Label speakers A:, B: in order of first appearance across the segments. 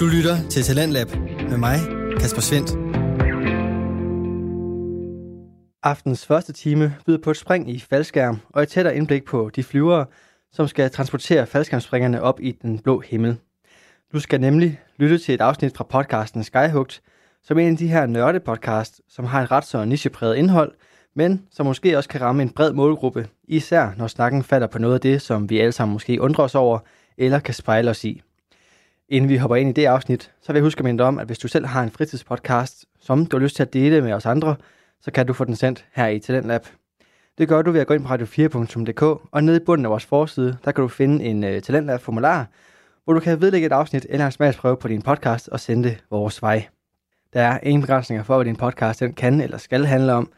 A: Du lytter til Talentlab med mig, Kasper Svendt. Aftens første time byder på et spring i faldskærm og et tættere indblik på de flyvere, som skal transportere faldskærmspringerne op i den blå himmel. Du skal nemlig lytte til et afsnit fra podcasten Skyhugt, som er en af de her nørdepodcast, som har et ret så nichepræget indhold, men som måske også kan ramme en bred målgruppe, især når snakken falder på noget af det, som vi alle sammen måske undrer os over, eller kan spejle os i. Inden vi hopper ind i det afsnit, så vil jeg huske at minde dig om, at hvis du selv har en fritidspodcast, som du har lyst til at dele med os andre, så kan du få den sendt her i Talentlab. Det gør du ved at gå ind på radio4.dk, og nede i bunden af vores forside, der kan du finde en uh, Talentlab-formular, hvor du kan vedlægge et afsnit eller en smagsprøve på din podcast og sende det vores vej. Der er ingen begrænsninger for, hvad din podcast den kan eller skal handle om,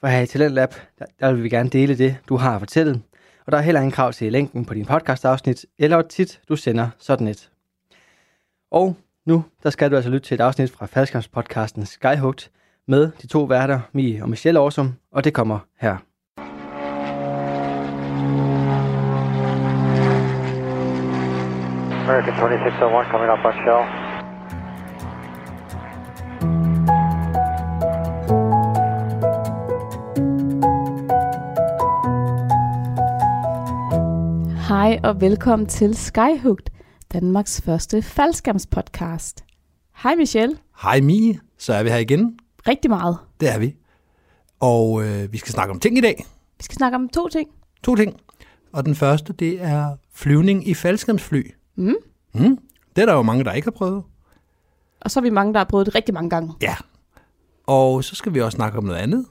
A: for her i Talentlab, der, der vil vi gerne dele det, du har at fortælle, og der er heller ingen krav til længden på din podcastafsnit, eller hvor tit du sender sådan et. Og nu, der skal du altså lytte til et afsnit fra faldskærmspodcasten Skyhugt med de to værter, Mie og Michelle Aarsom, og det kommer her.
B: American 2601 coming up on shell.
C: Hej og velkommen til Skyhugt, Danmarks første faldskærmspodcast. Hej Michelle,
D: Hej Mie, så er vi her igen.
C: rigtig meget.
D: Det er vi. Og øh, vi skal snakke om ting i dag.
C: Vi skal snakke om to ting.
D: To ting. Og den første, det er flyvning i faldskærmsfly.
C: Mm.
D: Mm. Det er der jo mange, der ikke har prøvet.
C: Og så er vi mange, der har prøvet det rigtig mange gange.
D: Ja. Og så skal vi også snakke om noget andet.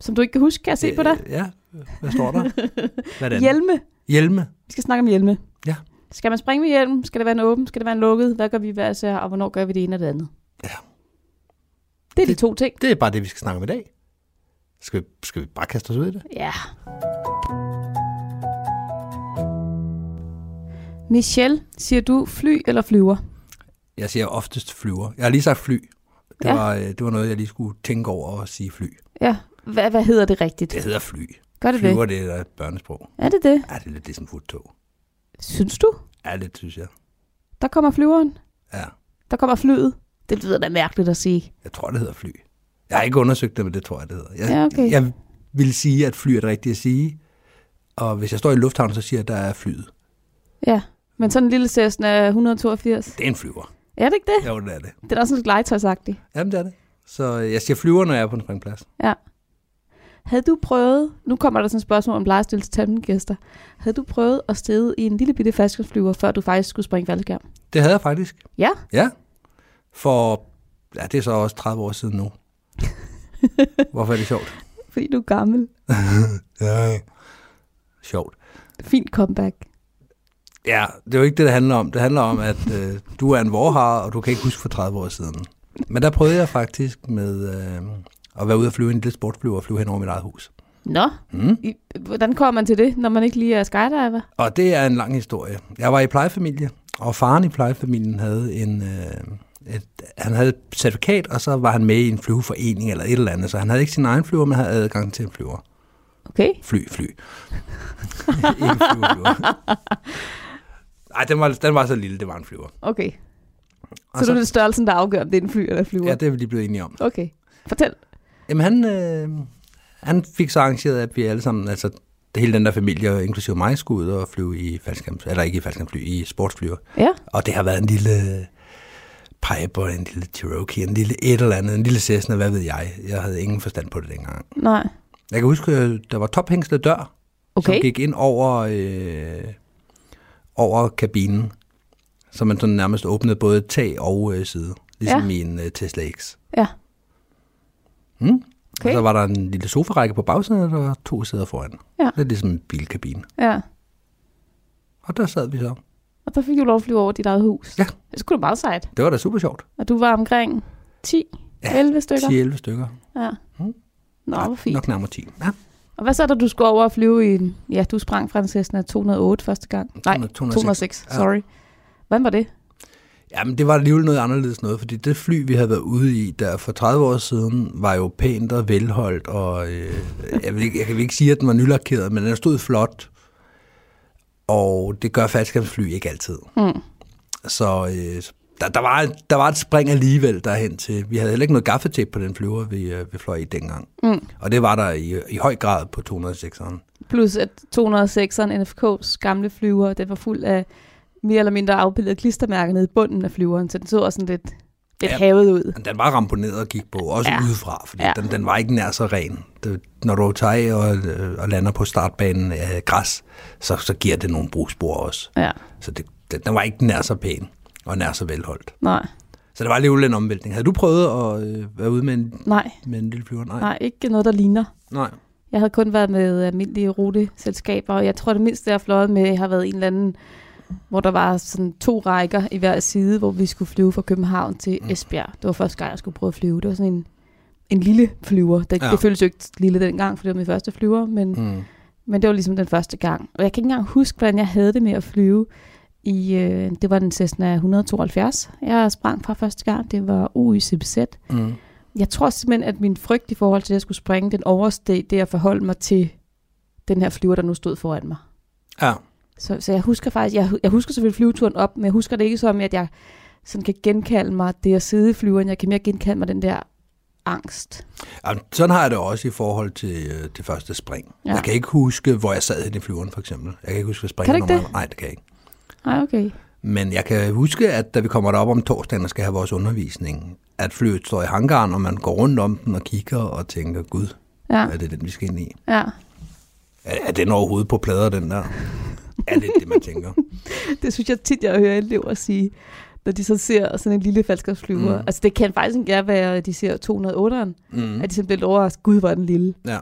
C: Som du ikke kan huske, kan jeg se på dig.
D: Øh, Ja. Hvad står der? Hvad er det andet?
C: Hjelme.
D: Hjelme.
C: Vi skal snakke om hjelme.
D: Øh, Ja.
C: Skal man springe med hjelm? Skal det være en åben? Skal det være en lukket? Hvad gør vi hver især? Og hvornår gør vi det ene og det andet?
D: Ja.
C: Det er de to ting.
D: Det er bare det, vi skal snakke om i dag. Skal vi, skal vi bare kaste os ud i det?
C: Ja. Michelle, siger du fly eller flyver?
D: Jeg siger oftest flyver. Jeg har lige sagt fly. Det,
C: Ja.
D: ja. var, øh, det var noget, jeg lige skulle tænke over at sige fly.
C: Ja. Hvad, hvad hedder det rigtigt?
D: Det hedder fly.
C: Gør det
D: Flyver, det er et børnesprog.
C: det? Er det det?
D: Ja, det er lidt ligesom futtog.
C: Synes du?
D: Ja, det synes jeg.
C: Der kommer flyveren.
D: Ja,
C: Der kommer flyet. Det lyder da mærkeligt at sige.
D: jeg tror, det hedder fly. Jeg har ikke undersøgt det, men det tror jeg, det hedder. Jeg,
C: Ja, okay.
D: jeg vil sige, at fly er det rigtige at sige. Og hvis jeg står i lufthavnen, så siger jeg, at der er flyet.
C: Ja. Men sådan en lille Cessna 182.
D: Det er en flyver.
C: Er det ikke det?
D: Jo, det er det.
C: Det er også sådan lidt legetøjsagtigt.
D: Jamen, det er det. Så øh, jeg siger flyver, når jeg er på en springplads.
C: Ja. Havde du prøvet, nu kommer der sådan et spørgsmål om lejestil til tandgæster. Havde du prøvet at stede i en lille bitte faldskærmsflyver, før du faktisk skulle springe faldskærm?
D: Det havde jeg faktisk.
C: Ja,
D: Ja. For, ja, det er så også 30 år siden nu. Hvorfor er det sjovt?
C: fordi du er gammel.
D: Ja. Sjovt.
C: Fint comeback.
D: Ja, det er jo ikke det, det handler om. Det handler om, at øh, du er en vorhar, og du kan ikke huske for 30 år siden. Men der prøvede jeg faktisk med øh, at være ude og flyve i en lille sportsflyver og flyve hen over mit eget hus.
C: Nå,
D: Mm.
C: i, hvordan kommer man til det, når man ikke lige er skydiver?
D: Og det er en lang historie. Jeg var i plejefamilie, og faren i plejefamilien havde en... Øh, et, han havde et certifikat, og så var han med i en flyveforening eller et eller andet. Så han havde ikke sin egen flyver, men havde adgang til en flyver.
C: Okay.
D: Fly, fly. ikke flyver, flyver. Ej, den var, den var så lille, det var en flyver.
C: Okay. Så,
D: Og
C: så, det er det størrelsen, der afgør, om det er en fly eller en flyver?
D: Altså- Ja, det er vi lige blevet enige om.
C: Okay. Fortæl.
D: Jamen han, øh, han fik så arrangeret, at vi alle sammen, altså det hele den der familie, inklusive mig, skulle ud og flyve i faldskærms, eller ikke i faldskærmsfly, i sportsflyver.
C: Ja.
D: Og det har været en lille Piper, en lille Cherokee, en lille et eller andet, en lille Cessna, hvad ved jeg. Jeg havde ingen forstand på det dengang.
C: Nej.
D: Jeg kan huske, at der var tophængslet dør,
C: Okay.
D: som gik ind over, øh, over kabinen, så man sådan nærmest åbnede både tag og øh, side, ligesom ja. i en øh, Tesla X.
C: Ja.
D: Mm.
C: Okay.
D: Okay. Og så var der en lille sofarække på bagsiden, og der var to sæder foran.
C: Ja.
D: Lidt ligesom en bilkabine.
C: Ja.
D: Og der sad vi så.
C: Og der fik du lov at flyve over dit eget hus.
D: Ja.
C: Det skulle da meget sejt.
D: Det var da super sjovt.
C: Og du var omkring 10, ja,
D: Ja,
C: 11 stykker.
D: 10-11 stykker.
C: Ja.
D: Mm.
C: Nå,
D: Nej,
C: hvor fint.
D: Nok nærmere 10. Ja,
C: Og hvad så, da du skulle over og flyve i en... Ja, du sprang fra en Cessna 208 første gang. Nej,
D: 200,
C: 206.
D: Ja.
C: Sorry. Hvordan var det?
D: Jamen, det var alligevel noget anderledes noget, fordi det fly, vi havde været ude i der for 30 år siden, var jo pænt og velholdt, og øh, jeg, vil ikke, jeg kan ikke sige, at den var nylakeret, men den stod flot, og det gør faldskabsfly ikke altid.
C: Mm.
D: Så øh, der, der, var, der var et spring alligevel derhen til. Vi havde heller ikke noget gaffetape på den flyver, vi, øh, vi fløj i dengang.
C: Mm.
D: Og det var der i, i høj grad på 206'eren.
C: Plus at 206'eren, NFK's gamle flyver, den var fuld af mere eller mindre afbildede klistermærker nede i bunden af flyveren, så den så også sådan lidt, lidt
D: Ja.
C: ja. havet ud.
D: Men Den var ramponeret og gik på, også ja.
C: Ja.
D: udefra, fordi ja.
C: Ja.
D: den, den var ikke nær så ren. Det, når du tager af og, øh, og lander på startbanen af græs, så, så giver det nogle brugspor også.
C: Ja,
D: Så det, den, den var ikke nær så pæn og nær så velholdt.
C: nej,
D: Så det var alligevel en omvæltning. Havde du prøvet at øh, være ude med en,
C: nej,
D: med en lille flyver? Nej.
C: nej, ikke noget, der ligner.
D: Nej.
C: Jeg havde kun været med almindelige ruteselskaber, og jeg tror, det mindste, jeg har fløjet med, har været en eller anden, hvor der var sådan to rækker i hver side, hvor vi skulle flyve fra København til
D: Mm.
C: Esbjerg. Det var første gang, jeg skulle prøve at flyve. Det var sådan en, en lille flyver. Det,
D: Ja.
C: ja. det føltes jo ikke lille dengang, for det var min første flyver, men, mm.
D: Mm.
C: men det var ligesom den første gang. Og jeg kan ikke engang huske, hvordan jeg havde det med at flyve. I, øh, det var den Cessna 172, jeg sprang fra første gang. Det var UICBZ.
D: Mm.
C: Jeg tror simpelthen, at min frygt i forhold til, at jeg skulle springe, den oversteg det at forholde mig til den her flyver, der nu stod foran mig.
D: Ja.
C: Så, så jeg husker faktisk, jeg, hu- jeg husker selvfølgelig flyveturen op, men jeg husker det ikke som, at jeg sådan kan genkalde mig det at sidde i flyveren. Jeg kan mere genkalde mig den der angst.
D: Jamen, sådan har jeg det også i forhold til, øh, til første spring. Ja.
C: Ja.
D: Jeg kan ikke huske, hvor jeg sad henne i flyveren, for eksempel. Jeg kan ikke huske, hvad
C: Kan du
D: springen
C: ikke
D: var. Nej, det kan jeg ikke.
C: Ej, Ah, okay.
D: Men jeg kan huske, at da vi kommer derop om torsdagen og skal have vores undervisning, at flyet står i hangaren, og man går rundt om den og kigger og tænker, gud,
C: Ja,
D: er det den, vi skal ind i?
C: ja.
D: Er, er den overhovedet på plader, den der? Er det det, man tænker?
C: Det synes jeg tit, jeg hører elever sige, når de så ser sådan en lille falskersflyver.
D: Mm.
C: Mm. Altså det kan faktisk ikke være, at de ser 208'eren,
D: Mm.
C: mm. at de simpelthen bliver overrasket, gud, hvor er den lille.
D: Ja.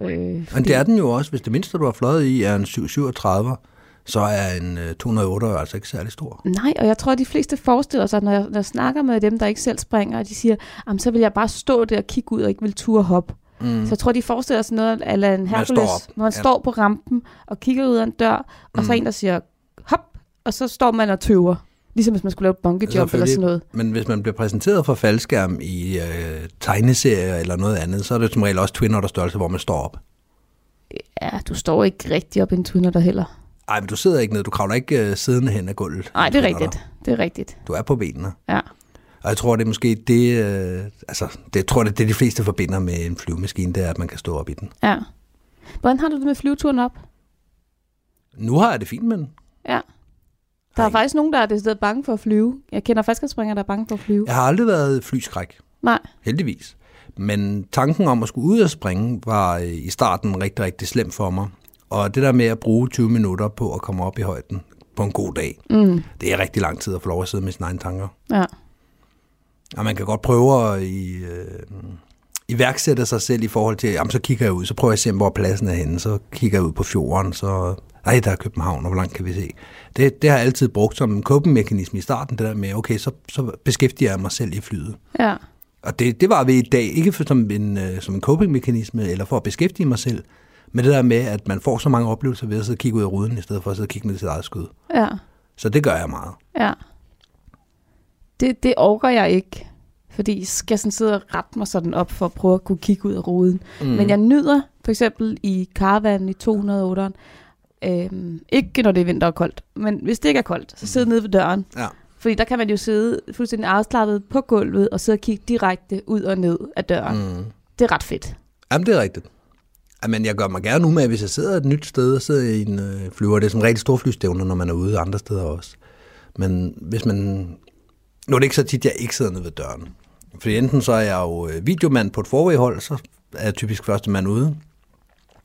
C: Øh, fordi,
D: Men det er den jo også. Hvis det mindste, du har fløjet i, er en 737, så er en øh, 208 jo altså ikke særlig stor.
C: Nej, og jeg tror, at de fleste forestiller sig, når jeg, når jeg snakker med dem, der ikke selv springer, og de siger, Jamen, så vil jeg bare stå der og kigge ud og ikke vil ture hoppe. Mm.
D: Mm.
C: Så jeg tror, de forestiller sig noget af en
D: Man står
C: Hercules,
D: op.
C: hvor man
D: Ja.
C: står på rampen og kigger ud af en dør, og så er
D: Mm.
C: en, der siger hop, og så står man og tøver. Ligesom hvis man skulle lave et bungee jump eller
D: Selvfølgelig.
C: sådan noget.
D: Men hvis man bliver præsenteret for faldskærm i øh, tegneserier eller noget andet, så er det som regel også Twin Otter størrelse, hvor man står op.
C: Ja, du står ikke rigtig op i en tunnel der heller.
D: Ej, men du sidder ikke ned. Du kravler ikke øh, siddende hen ad gulvet.
C: Nej, det er
D: Twin Otter.
C: rigtigt. Det er rigtigt.
D: Du er på benene.
C: Ja.
D: Og jeg tror, det er måske det, øh, altså, det, jeg tror, det er det, de fleste forbinder med en flyvemaskine, det er, at man kan stå op i den.
C: ja. Hvordan har du det med flyveturen op?
D: Nu har jeg det fint med den.
C: Ja. Der er
D: Har
C: faktisk nogen, der er decideret bange for at flyve. Jeg kender falskerspringere, der er bange for at flyve.
D: Jeg har aldrig været flyskræk,
C: Nej.
D: heldigvis. Men tanken om at skulle ud og springe var øh, i starten rigtig, rigtig slem for mig. Og det der med at bruge 20 minutter på at komme op i højden på en god dag,
C: Mm.
D: det er rigtig lang tid at få lov at sidde med sine egne tanker.
C: Ja.
D: Og man kan godt prøve at i, øh, iværksætte sig selv i forhold til, jamen så kigger jeg ud, så prøver jeg at se, hvor pladsen er henne, så kigger jeg ud på fjorden, så ej, der er København, og hvor langt kan vi se? Det, det har jeg altid brugt som en kåbenmekanisme i starten, det der med, okay, så, så beskæftiger jeg mig selv i flyet.
C: Ja.
D: Og det, det var vi i dag, ikke for, som en, øh, som en copingmekanisme, eller for at beskæftige mig selv, men det der med, at man får så mange oplevelser ved at sidde og kigge ud af ruden, i stedet for at sidde og kigge ned i sit eget skud.
C: Ja.
D: Så det gør jeg meget.
C: Ja. Det, det orker jeg ikke. Fordi skal jeg sådan sidde og rette mig sådan op for at prøve at kunne kigge ud af ruden. Mm.
D: Mhm.
C: Men jeg nyder for eksempel i karavanen i 208'eren, øhm, ikke når det er vinter og koldt, men hvis det ikke er koldt, så sidde nede ved døren.
D: Mhm. Ja.
C: Fordi der kan man jo sidde fuldstændig afslappet på gulvet og sidde og kigge direkte ud og ned af døren. Mm.
D: Mm.
C: Det er ret fedt.
D: Jamen, det er rigtigt. Jamen, jeg gør mig gerne umage, hvis jeg sidder et nyt sted og sidder i en øh, flyver. Det er som rigtig store flystævner, når man er ude andre steder også. Men hvis man... Nu er det ikke så tit, jeg ikke sidder nede ved døren. Fordi enten så er jeg jo øh, videomand på et forvejhold, så er jeg typisk første mand ude.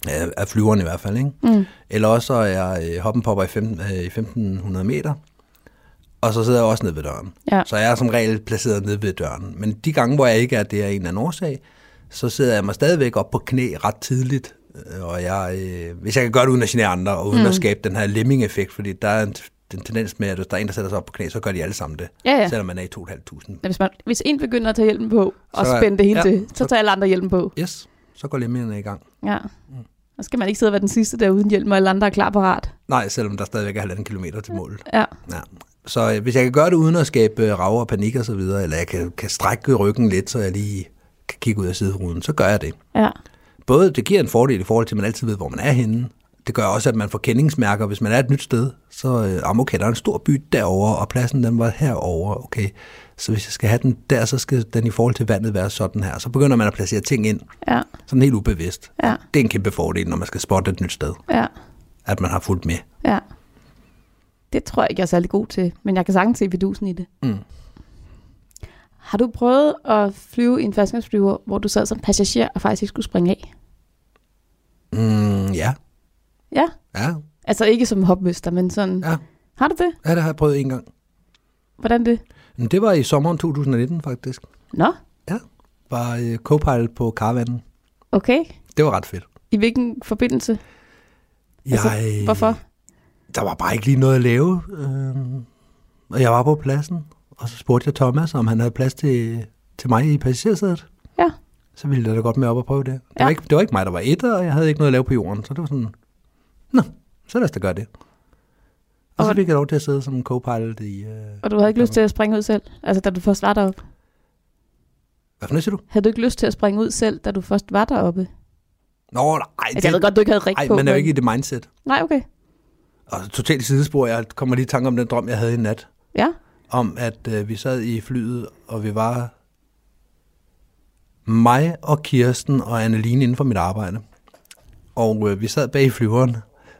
D: Af af flyveren i hvert fald, ikke?
C: Mm.
D: Eller også så er jeg øh, hoppenpopper i, fem, øh, i 1500 meter. Og så sidder jeg også nede ved døren.
C: Ja.
D: Så jeg er som regel placeret nede ved døren. Men de gange, hvor jeg ikke er det af en eller anden årsag, så sidder jeg mig stadigvæk op på knæ ret tidligt. Øh, Og jeg, øh, hvis jeg kan gøre det uden at genere andre, og uden mm. at skabe den her lemming-effekt, fordi der er en, en tendens med, at hvis der er en, der sætter sig op på knæ, så gør de alle sammen det.
C: Ja, ja.
D: Selvom man er i 2.500.
C: Men Hvis, man, hvis en begynder at tage hjelmen på og
D: Så er-
C: spænde det hele
D: ja,
C: ja, til,
D: så-
C: så tager alle andre hjelmen på.
D: Yes, så går lemmingerne i gang.
C: Ja.
D: Mm.
C: Og så skal man ikke sidde og være den sidste der uden hjelm, og alle andre er klar parat.
D: Nej, selvom der stadigvæk er halvanden kilometer til målet.
C: Ja.
D: Ja. Så øh, hvis jeg kan gøre det uden at skabe øh, rav og panik og så videre, eller jeg kan, kan strække ryggen lidt, så jeg lige kan kigge ud af sideruden, så gør jeg det.
C: Ja.
D: Både det giver en fordel i forhold til, at man altid ved, hvor man er henne, Det gør også, at man får kendingsmærker, hvis man er et nyt sted. Så, øh, om okay, der er en stor by derovre, og pladsen den var herover. okay. Så hvis jeg skal have den der, så skal den i forhold til vandet være sådan her. Så begynder man at placere ting ind,
C: Ja,
D: sådan helt ubevidst.
C: ja,
D: Det er en kæmpe fordel, når man skal spotte et nyt sted,
C: ja,
D: at man har fulgt med.
C: ja. Det tror jeg ikke, jeg er særlig god til, men jeg kan sagtens se vidusen i det.
D: Mm.
C: Har du prøvet at flyve i en faldskærmsflyver, hvor du sad som passager og faktisk ikke skulle springe af?
D: Mm, ja,
C: Ja,
D: ja,
C: altså ikke som hopmøster, men sådan...
D: Ja.
C: Har du det?
D: ja, det har jeg prøvet en gang.
C: Hvordan det?
D: Men det var i sommeren 2019 faktisk.
C: Nå,
D: Var øh, co-pilot på Caravanen.
C: okay.
D: Det var ret fedt.
C: I hvilken forbindelse? Altså,
D: Øh.
C: Hvorfor?
D: Der var bare ikke lige noget at lave. Øh, og jeg var på pladsen, og så spurgte jeg Thomas, om han havde plads til, til mig i passagersædet.
C: Ja.
D: Så ville jeg da godt med op og prøve det. Det,
C: Ja.
D: var ikke, det var ikke mig, der var etter, og jeg havde ikke noget at lave på jorden. Så det var sådan, nå, så lad os da gøre det. Og så
C: Og-
D: fik jeg lov til at sidde som co-pilot i... Øh,
C: Og du havde ikke lyst til at springe ud selv? Altså, da du først var deroppe?
D: hvad for noget siger du?
C: Havde du ikke lyst til at springe ud selv, da du først var deroppe?
D: Nå, nej,
C: Altså, jeg ved godt, du ikke havde rigtig
D: nej,
C: på.
D: man er jo ikke i det mindset.
C: Nej, okay.
D: Og totalt sidespor, jeg kommer lige i tanke om den drøm, jeg havde i nat.
C: Ja,
D: om, at øh, vi sad i flyet, og vi var mig og Kirsten og Anneline inden for mit arbejde. Og øh, vi sad bag i flyveren.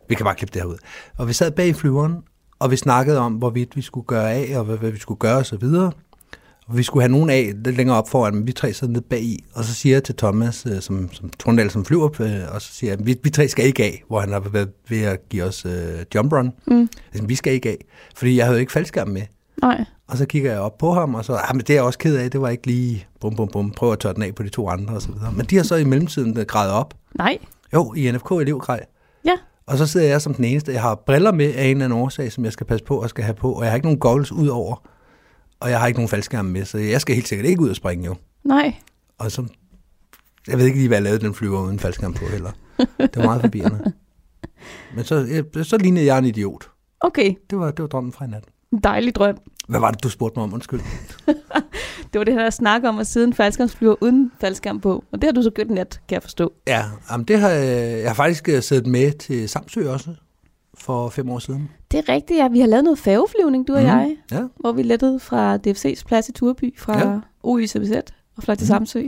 D: Vi kan bare klippe det her ud. Og vi sad bag i flyveren, og vi snakkede om, hvorvidt vi skulle gøre af, og hvad, hvad vi skulle gøre og så videre. Og vi skulle have nogen af lidt længere op foran, men vi tre sad nede bag i. Og så siger jeg til Thomas, øh, som, som Torndal, som flyver, øh, og så siger jeg, vi, vi tre skal ikke af, hvor han har været ved at give os øh, jump run.
C: Mm.
D: Altså, vi skal ikke af, fordi jeg havde jo ikke faldskærm med.
C: nej.
D: Og så kigger jeg op på ham, og så, ah, men det er jeg også ked af, det var ikke lige, bum, bum, bum, prøv at tørre den af på de to andre og så videre. Men de har så i mellemtiden øh, grædet op.
C: Nej,
D: Jo, i NFK elevgrej.
C: Ja.
D: Og så sidder jeg som den eneste. Jeg har briller med af en eller anden årsag, som jeg skal passe på og skal have på, og jeg har ikke nogen goggles ud over, og jeg har ikke nogen faldskærme med, så jeg skal helt sikkert ikke ud og springe jo.
C: nej.
D: Og så, jeg ved ikke lige, hvad jeg lavede den flyver uden faldskærm på heller. Det var meget forvirrende. Men så, jeg, så lignede jeg en idiot.
C: Okay,
D: Det var, det var drømmen fra i nat.
C: en dejlig drøm.
D: Hvad var det, du spurgte mig om? Undskyld.
C: Det var det her, jeg snakker om at sidde i en faldskærmsflyver uden faldskærm på. Og det har du så gjort i nat, kan jeg forstå.
D: Ja, jamen det har jeg, jeg har faktisk øh, siddet med til Samsø også for fem år siden.
C: Det er rigtigt, ja. Vi har lavet noget færgeflyvning, du og
D: Mhm.
C: jeg.
D: Ja.
C: Hvor vi lettede fra DFC's plads i Turby fra
D: Ja.
C: ja. OYCBZ og fløj til
D: Mhm.
C: Samsø.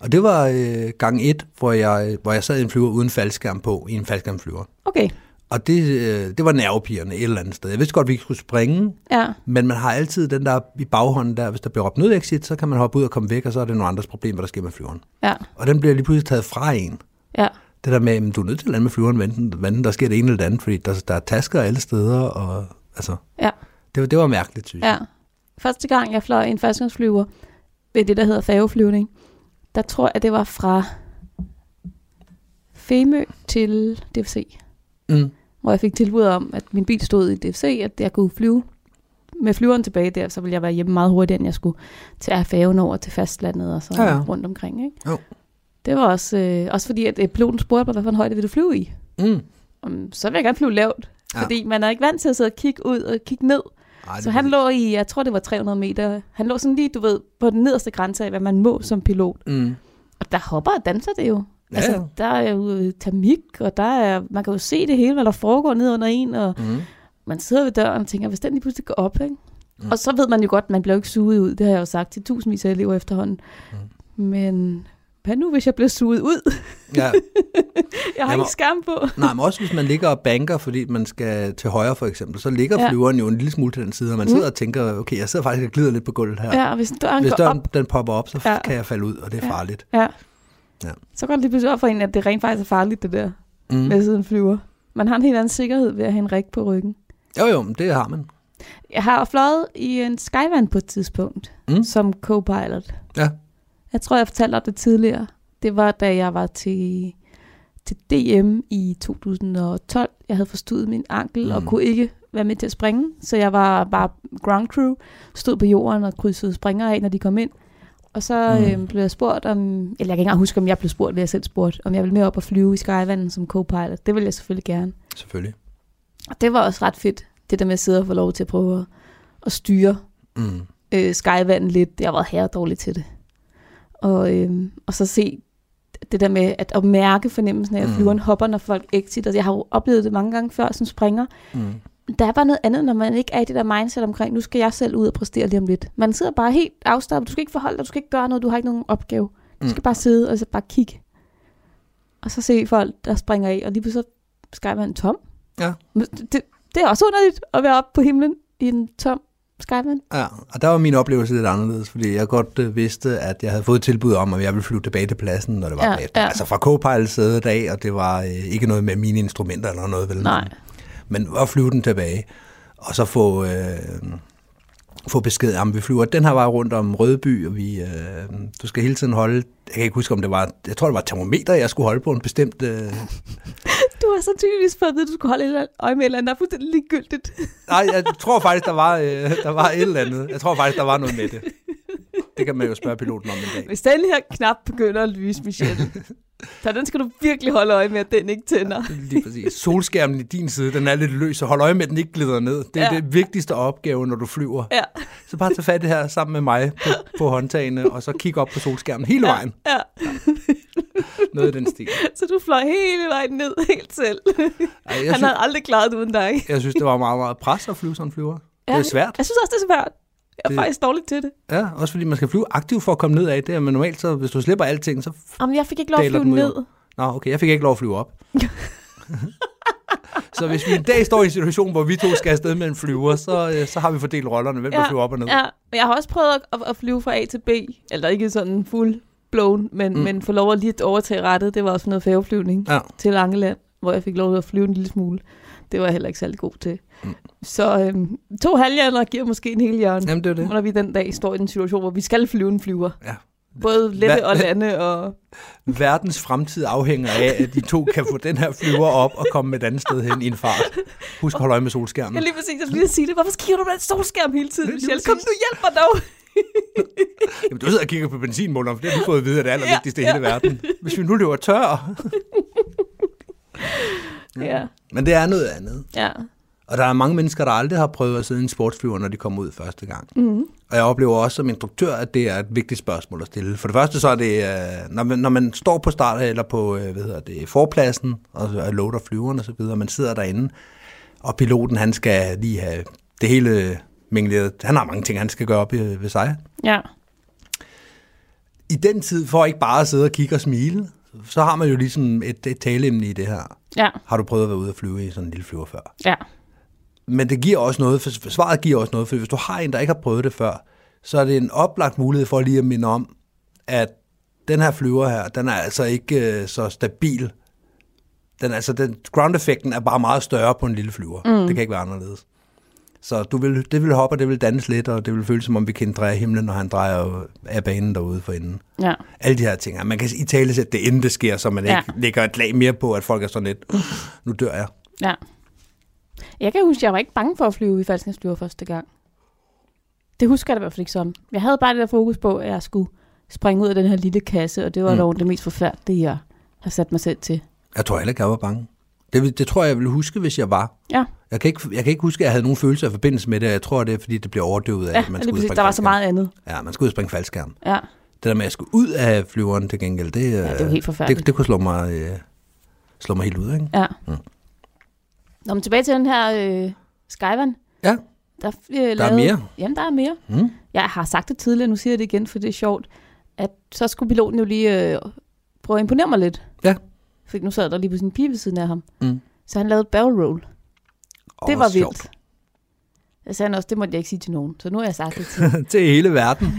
D: Og det var øh, gang et, hvor jeg, øh, hvor jeg sad i en flyver uden faldskærm på, i en faldskærmflyver.
C: Okay,
D: Og det, øh, det var nervepirrende et eller andet sted. Jeg vidste godt, at vi ikke skulle springe,
C: ja.
D: men man har altid den der i baghånden der, hvis der bliver råbt nødexit, så kan man hoppe ud og komme væk, og så er det nogle andres problem, hvad der sker med flyveren.
C: Ja,
D: Og den bliver lige pludselig taget fra en.
C: ja.
D: Det der med, at du er nødt til at lande med flyveren, hvad enten, hvad enten der sker det ene eller det andet, fordi der, der er tasker alle steder, og altså,
C: Ja.
D: det, var- det var mærkeligt, synes jeg.
C: Ja. Første gang, jeg fløj en faldskærmsflyver ved det, der hedder færgeflyvning, der tror jeg, det var fra Femø til DFC,
D: Mm.
C: hvor jeg fik tilbud om, at min bil stod i DFC, at jeg kunne flyve med flyveren tilbage der, så ville jeg være hjemme meget hurtigere, end jeg skulle til at have færgen over til fastlandet og så
D: Ja,
C: ja,
D: ja.
C: ja. rundt omkring. Ikke?
D: Jo.
C: Det var også, øh, også fordi, at øh, piloten spurgte mig, hvad for en højde vil du flyve i?
D: Mm.
C: Om, så vil jeg gerne flyve lavt,
D: Ja.
C: ja. fordi man er ikke vant til at sidde og kigge ud og kigge ned.
D: Ej,
C: Så
D: det-
C: han lå i, jeg tror det var 300 meter, han lå sådan lige, du ved, på den nederste grænse af, hvad man må som pilot.
D: Mm.
C: Og der hopper og danser det jo.
D: Ja, ja.
C: Altså, der er jo øh, termik, og der er, man kan jo se det hele, hvad der foregår ned under en, og
D: Mm.
C: man sidder ved døren og tænker, hvis den lige pludselig går op, ikke? Mm. Og så ved man jo godt, man bliver jo ikke suget ud, det har jeg jo sagt til tusindvis af elever efterhånden. Mm. Men hvad nu, hvis jeg bliver suget ud?
D: ja.
C: Jeg har
D: Jamen,
C: ikke skam på.
D: Nej, men også hvis man ligger og banker, fordi man skal til højre for eksempel, så ligger ja.
C: Ja. Mm.
D: flyveren jo en lille smule til den side, og man sidder og tænker, okay, jeg sidder faktisk og glider lidt på gulvet her.
C: Ja, ja og hvis døren
D: hvis
C: går
D: døren
C: op,
D: den popper op, så ja.
C: Ja.
D: kan jeg falde ud, og det er farligt.
C: ja,
D: Ja.
C: så går det lige pludselig op for en, at det rent faktisk er farligt, det der.
D: Mm.
C: med at sidde en flyver. Man har en helt anden sikkerhed ved at have en rig på ryggen.
D: Jo, jo, men det har man.
C: Jeg har fløjet i en Skyvan på et tidspunkt,
D: Mm.
C: mm. som co-pilot.
D: Ja.
C: Jeg tror, jeg fortalte om det tidligere. Det var, da jeg var til, til DM i 2012. Jeg havde forstudet min ankel mm. og
D: Mm.
C: kunne ikke være med til at springe, så jeg var bare ground crew, stod på jorden og krydsede springer af, når de kom ind. Og så
D: Mm.
C: mm. øh, blev jeg spurgt om, eller jeg kan ikke engang huske, om jeg blev spurgt, eller jeg selv spurgt, om jeg ville med op og flyve i Skyvanden som co-pilot. Det ville jeg selvfølgelig gerne.
D: Selvfølgelig.
C: Og det var også ret fedt, det der med at sidde og få lov til at prøve at, at styre
D: Mm.
C: øh, skyvanden lidt. Jeg har været her dårlig til det. Og, øh, og øhm, så se det der med at, at mærke fornemmelsen af, at
D: Mm.
C: flyveren hopper, når folk exit. Altså, jeg har jo oplevet det mange gange før som springer.
D: Mm.
C: Der er bare noget andet, når man ikke er i det der mindset omkring, nu skal jeg selv ud og præstere lige om lidt. Man sidder bare helt afslappet. Du skal ikke forholde dig, du skal ikke gøre noget, du har ikke nogen opgave. Du
D: Mm.
C: skal bare sidde og så bare kigge. Og så se folk, der springer af, og lige pludselig så skyvand tom.
D: Ja.
C: Men Det, det er også underligt at være oppe på himlen i en tom skyvand.
D: Ja, og der var min oplevelse lidt anderledes, fordi jeg godt øh, vidste, at jeg havde fået et tilbud om, at jeg ville flyve tilbage til pladsen, når det var
C: Ja,
D: ja, bagefter.
C: ja.
D: Ja. Altså fra co-pilot sæde dag, og det var øh, ikke noget med mine instrumenter eller noget. Vel?
C: Nej.
D: Men at flyve den tilbage, og så få, øh, få besked om, vi flyver den her vej rundt om Rødby, og vi, øh, du skal hele tiden holde, jeg kan ikke huske, om det var, jeg tror, det var et termometer, jeg skulle holde på en bestemt... Øh,
C: Du har så tydeligvis fået at vide, at du skulle holde et eller andet øje med et eller andet, der er fuldstændig ligegyldigt.
D: nej, jeg tror faktisk, der var, øh, der var et eller andet. Jeg tror faktisk, der var noget med det. Det kan man jo spørge piloten om en dag.
C: Hvis den her knap begynder at lyse, Michelle, så den skal du virkelig holde øje med, at den ikke tænder.
D: Lige præcis. Solskærmen i din side, den er lidt løs, så hold øje med, at den ikke glider ned. Det er
C: Ja.
D: ja. det vigtigste opgave, når du flyver.
C: Ja,
D: Så bare tag fat i det her sammen med mig på, på håndtagene, og så kig op på solskærmen hele vejen.
C: ja.
D: Noget i den stil.
C: Så du fløj hele vejen ned helt selv.
D: Ej,
C: Han
D: jeg, synes,
C: havde aldrig klaret det uden dig.
D: jeg synes, det var meget, meget pres at flyve sådan en flyver.
C: Ja,
D: Det er svært.
C: Jeg synes også, det er svært. Jeg er
D: Det-
C: faktisk dårlig til det.
D: Ja, også fordi man skal flyve aktivt for at komme ned af det. er- Men normalt, så hvis du slipper alting, så...
C: Jamen, jeg fik ikke lov at
D: Daler
C: flyve
D: den ud i
C: ned.
D: Nå, okay, jeg fik ikke lov at flyve op. så hvis vi en dag står i en situation, hvor vi to skal afsted med en flyver, så, øh, så har vi fordelt rollerne, hvem der flyver op og ned.
C: Ja, men jeg har også prøvet at, at flyve fra A til B. Eller ikke sådan fuld blown, men, mm.
D: Mm.
C: men få lov at lige overtage rettet. Det var også noget færgeflyvning
D: Ja.
C: til Langeland, hvor jeg fik lov at flyve en lille smule. Det var jeg heller ikke særlig god til. Mm.
D: Mm.
C: Så øhm, to halvhjerner giver måske en hel hjørne.
D: Jamen, det er det.
C: Ja. Når vi den dag står i den situation, hvor vi skal flyve en flyver.
D: Ja.
C: Både lette
D: Hva-
C: og lande og...
D: verdens fremtid afhænger af, at de to kan få den her flyver op og komme et andet sted hen i en fart. Husk at holde øje med solskærmen.
C: Jeg lige præcis, jeg skulle lige sige det. Hvorfor kigger du på den solskærm hele tiden,
D: Lige
C: Michelle?
D: præcis.
C: Kom nu, hjælp mig dog!
D: Jamen, du sidder og kigger på benzinmåleren, for det har du fået at vide, at det er det allervigtigste i
C: Ja,
D: hele verden. Hvis vi nu løber tør.
C: Ja,
D: Men det er noget andet.
C: ja.
D: Og der er mange mennesker, der aldrig har prøvet at sidde i en sportsflyver, når de kommer ud første gang.
C: Mm.
D: Og jeg oplever også som instruktør, at det er et vigtigt spørgsmål at stille. For det første så er det, øh, når man, når man står på start eller på øh, hvad hedder det, forpladsen og, og loader flyveren og så videre, man sidder derinde, og piloten han skal lige have det hele mingleret. Han har mange ting, han skal gøre op øh, ved sig.
C: Ja,
D: I den tid, for ikke bare at sidde og kigge og smile, så har man jo ligesom et, et taleemne i det her.
C: ja,
D: Har du prøvet at være ude og flyve i sådan en lille flyver før?
C: ja.
D: Men det giver også noget, for svaret giver også noget, for hvis du har en, der ikke har prøvet det før, så er det en oplagt mulighed for lige at minde om, at den her flyver her, den er altså ikke øh, så stabil. Den, er altså, den, ground effekten er bare meget større på en lille flyver. Mm. Det kan ikke være anderledes. Så du vil, det vil hoppe, og det vil dannes lidt, og det vil føles, som om vi kan dreje himlen, når han drejer af banen derude for enden.
C: ja.
D: Alle de her ting. her. Man kan i tale sætte det, inden det sker, så man
C: Ja.
D: ja. ikke lægger et lag mere på, at folk er sådan lidt, "Uh, nu dør jeg.
C: Ja. Jeg kan huske, at jeg var ikke bange for at flyve i flyver første gang. Det husker jeg da i hvert fald ikke som. Jeg havde bare det der fokus på, at jeg skulle springe ud af den her lille kasse, og det var mm.
D: Mm.
C: dog det mest forfærdelige, jeg har sat mig selv til.
D: Jeg tror heller ikke, jeg var bange. Det, vil- det tror jeg, jeg ville huske, hvis jeg var.
C: Ja,
D: Jeg kan, ikke, jeg kan ikke huske, at jeg havde nogen følelse af forbindelse med det. og Jeg tror, det er, fordi det blev overdøvet af,
C: ja
D: at man
C: lige
D: skulle ud
C: præcis.
D: og
C: Der var så
D: springe
C: meget andet.
D: faldskærm. Ja, man skulle ud og springe faldskærm.
C: Ja.
D: Det der med, at jeg skulle ud af flyveren til gengæld, det,
C: Ja, det er jo
D: øh,
C: helt forfærdeligt.
D: det, det kunne slå mig, øh, slå mig helt ud, ikke?
C: Ja.
D: Mm.
C: Nå, men tilbage til den her øh, Skyvan.
D: Ja.
C: Der, øh, der
D: mere.
C: Jamen, der er mere.
D: Mm.
C: Jeg har sagt det tidligere, nu siger jeg det igen, for det er sjovt, at så skulle piloten jo lige øh, prøve at imponere mig lidt.
D: Ja.
C: For nu sad der lige på sin pige ved siden af ham.
D: Mm.
C: Så han lavede barrel roll.
D: Og
C: det var
D: sjovt.
C: vildt. Jeg sagde han også, det måtte jeg ikke sige til nogen. Så nu har jeg sagt det til.
D: til hele verden.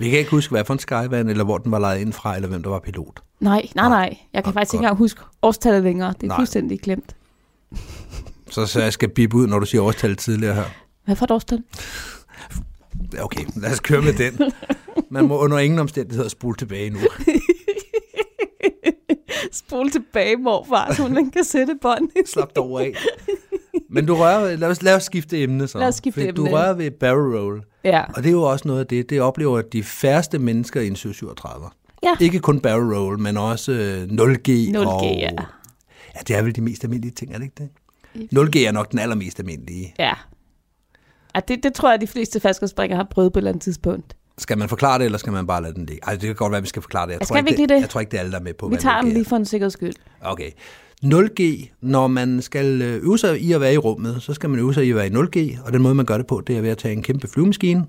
D: Vi kan ikke huske, hvad for en skyvan, eller hvor den var lejet ind fra, eller hvem der var pilot.
C: Nej, nej, nej. Jeg kan
D: Nå,
C: faktisk ikke
D: godt.
C: engang huske årstallet længere. Det er
D: Nej.
C: fuldstændig glemt.
D: Så, så jeg skal bippe ud, når du siger årstallet tidligere her.
C: Hvad for et årstal?
D: Okay, lad os køre med den. Man må under ingen omstændigheder spole tilbage nu.
C: Spol tilbage, morfar, så hun kan sætte bånd.
D: Slap dig over af. Men du rører, lad, os, lad os skifte emne så.
C: Lad os skifte
D: Fordi
C: emne.
D: Du rører ved barrel roll,
C: ja.
D: og det er jo også noget af det, det oplever de færreste mennesker i en 737.
C: Ja.
D: Ikke kun barrel roll, men også øh, 0G.
C: 0G,
D: og,
C: ja.
D: ja. det er vel de mest almindelige ting, er det ikke det? 0G er nok den allermest almindelige.
C: Ja. Og det, det tror jeg, at de fleste faldskærmsspringere har prøvet på et eller andet tidspunkt.
D: Skal man forklare det, eller skal man bare lade den ligge? Altså, det kan godt være, at vi skal forklare det. Jeg,
C: Skal vi
D: ikke,
C: ikke lige det?
D: jeg tror ikke, det er alle, der er med på,
C: Vi
D: hvad
C: tager den
D: det er.
C: lige for en sikkerheds skyld.
D: Okay. 0G, når man skal øh, øve sig i at være i rummet, så skal man øve sig i at være i 0G, og den måde, man gør det på, det er ved at tage en kæmpe flyvemaskine.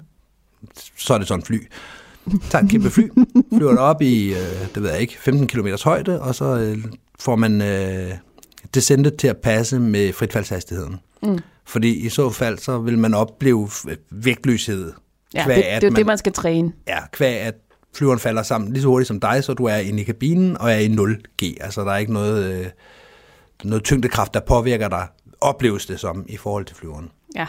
D: Så er det sådan en fly. Tager et kæmpe fly, flyver det op i, øh, det ved jeg ikke, 15 km højde, og så øh, får man øh, descendet til at passe med fritfaldshastigheden. Mm. Fordi i så fald, så vil man opleve øh, vægtløshed.
C: Ja,
D: kvad
C: det, det,
D: at
C: er jo det, man skal træne.
D: Ja, kvæg at flyveren falder sammen lige så hurtigt som dig, så du er inde i kabinen og er i 0G. Altså, der er ikke noget, øh, noget tyngdekraft, der påvirker dig, opleves det som, i forhold til flyveren.
C: Ja.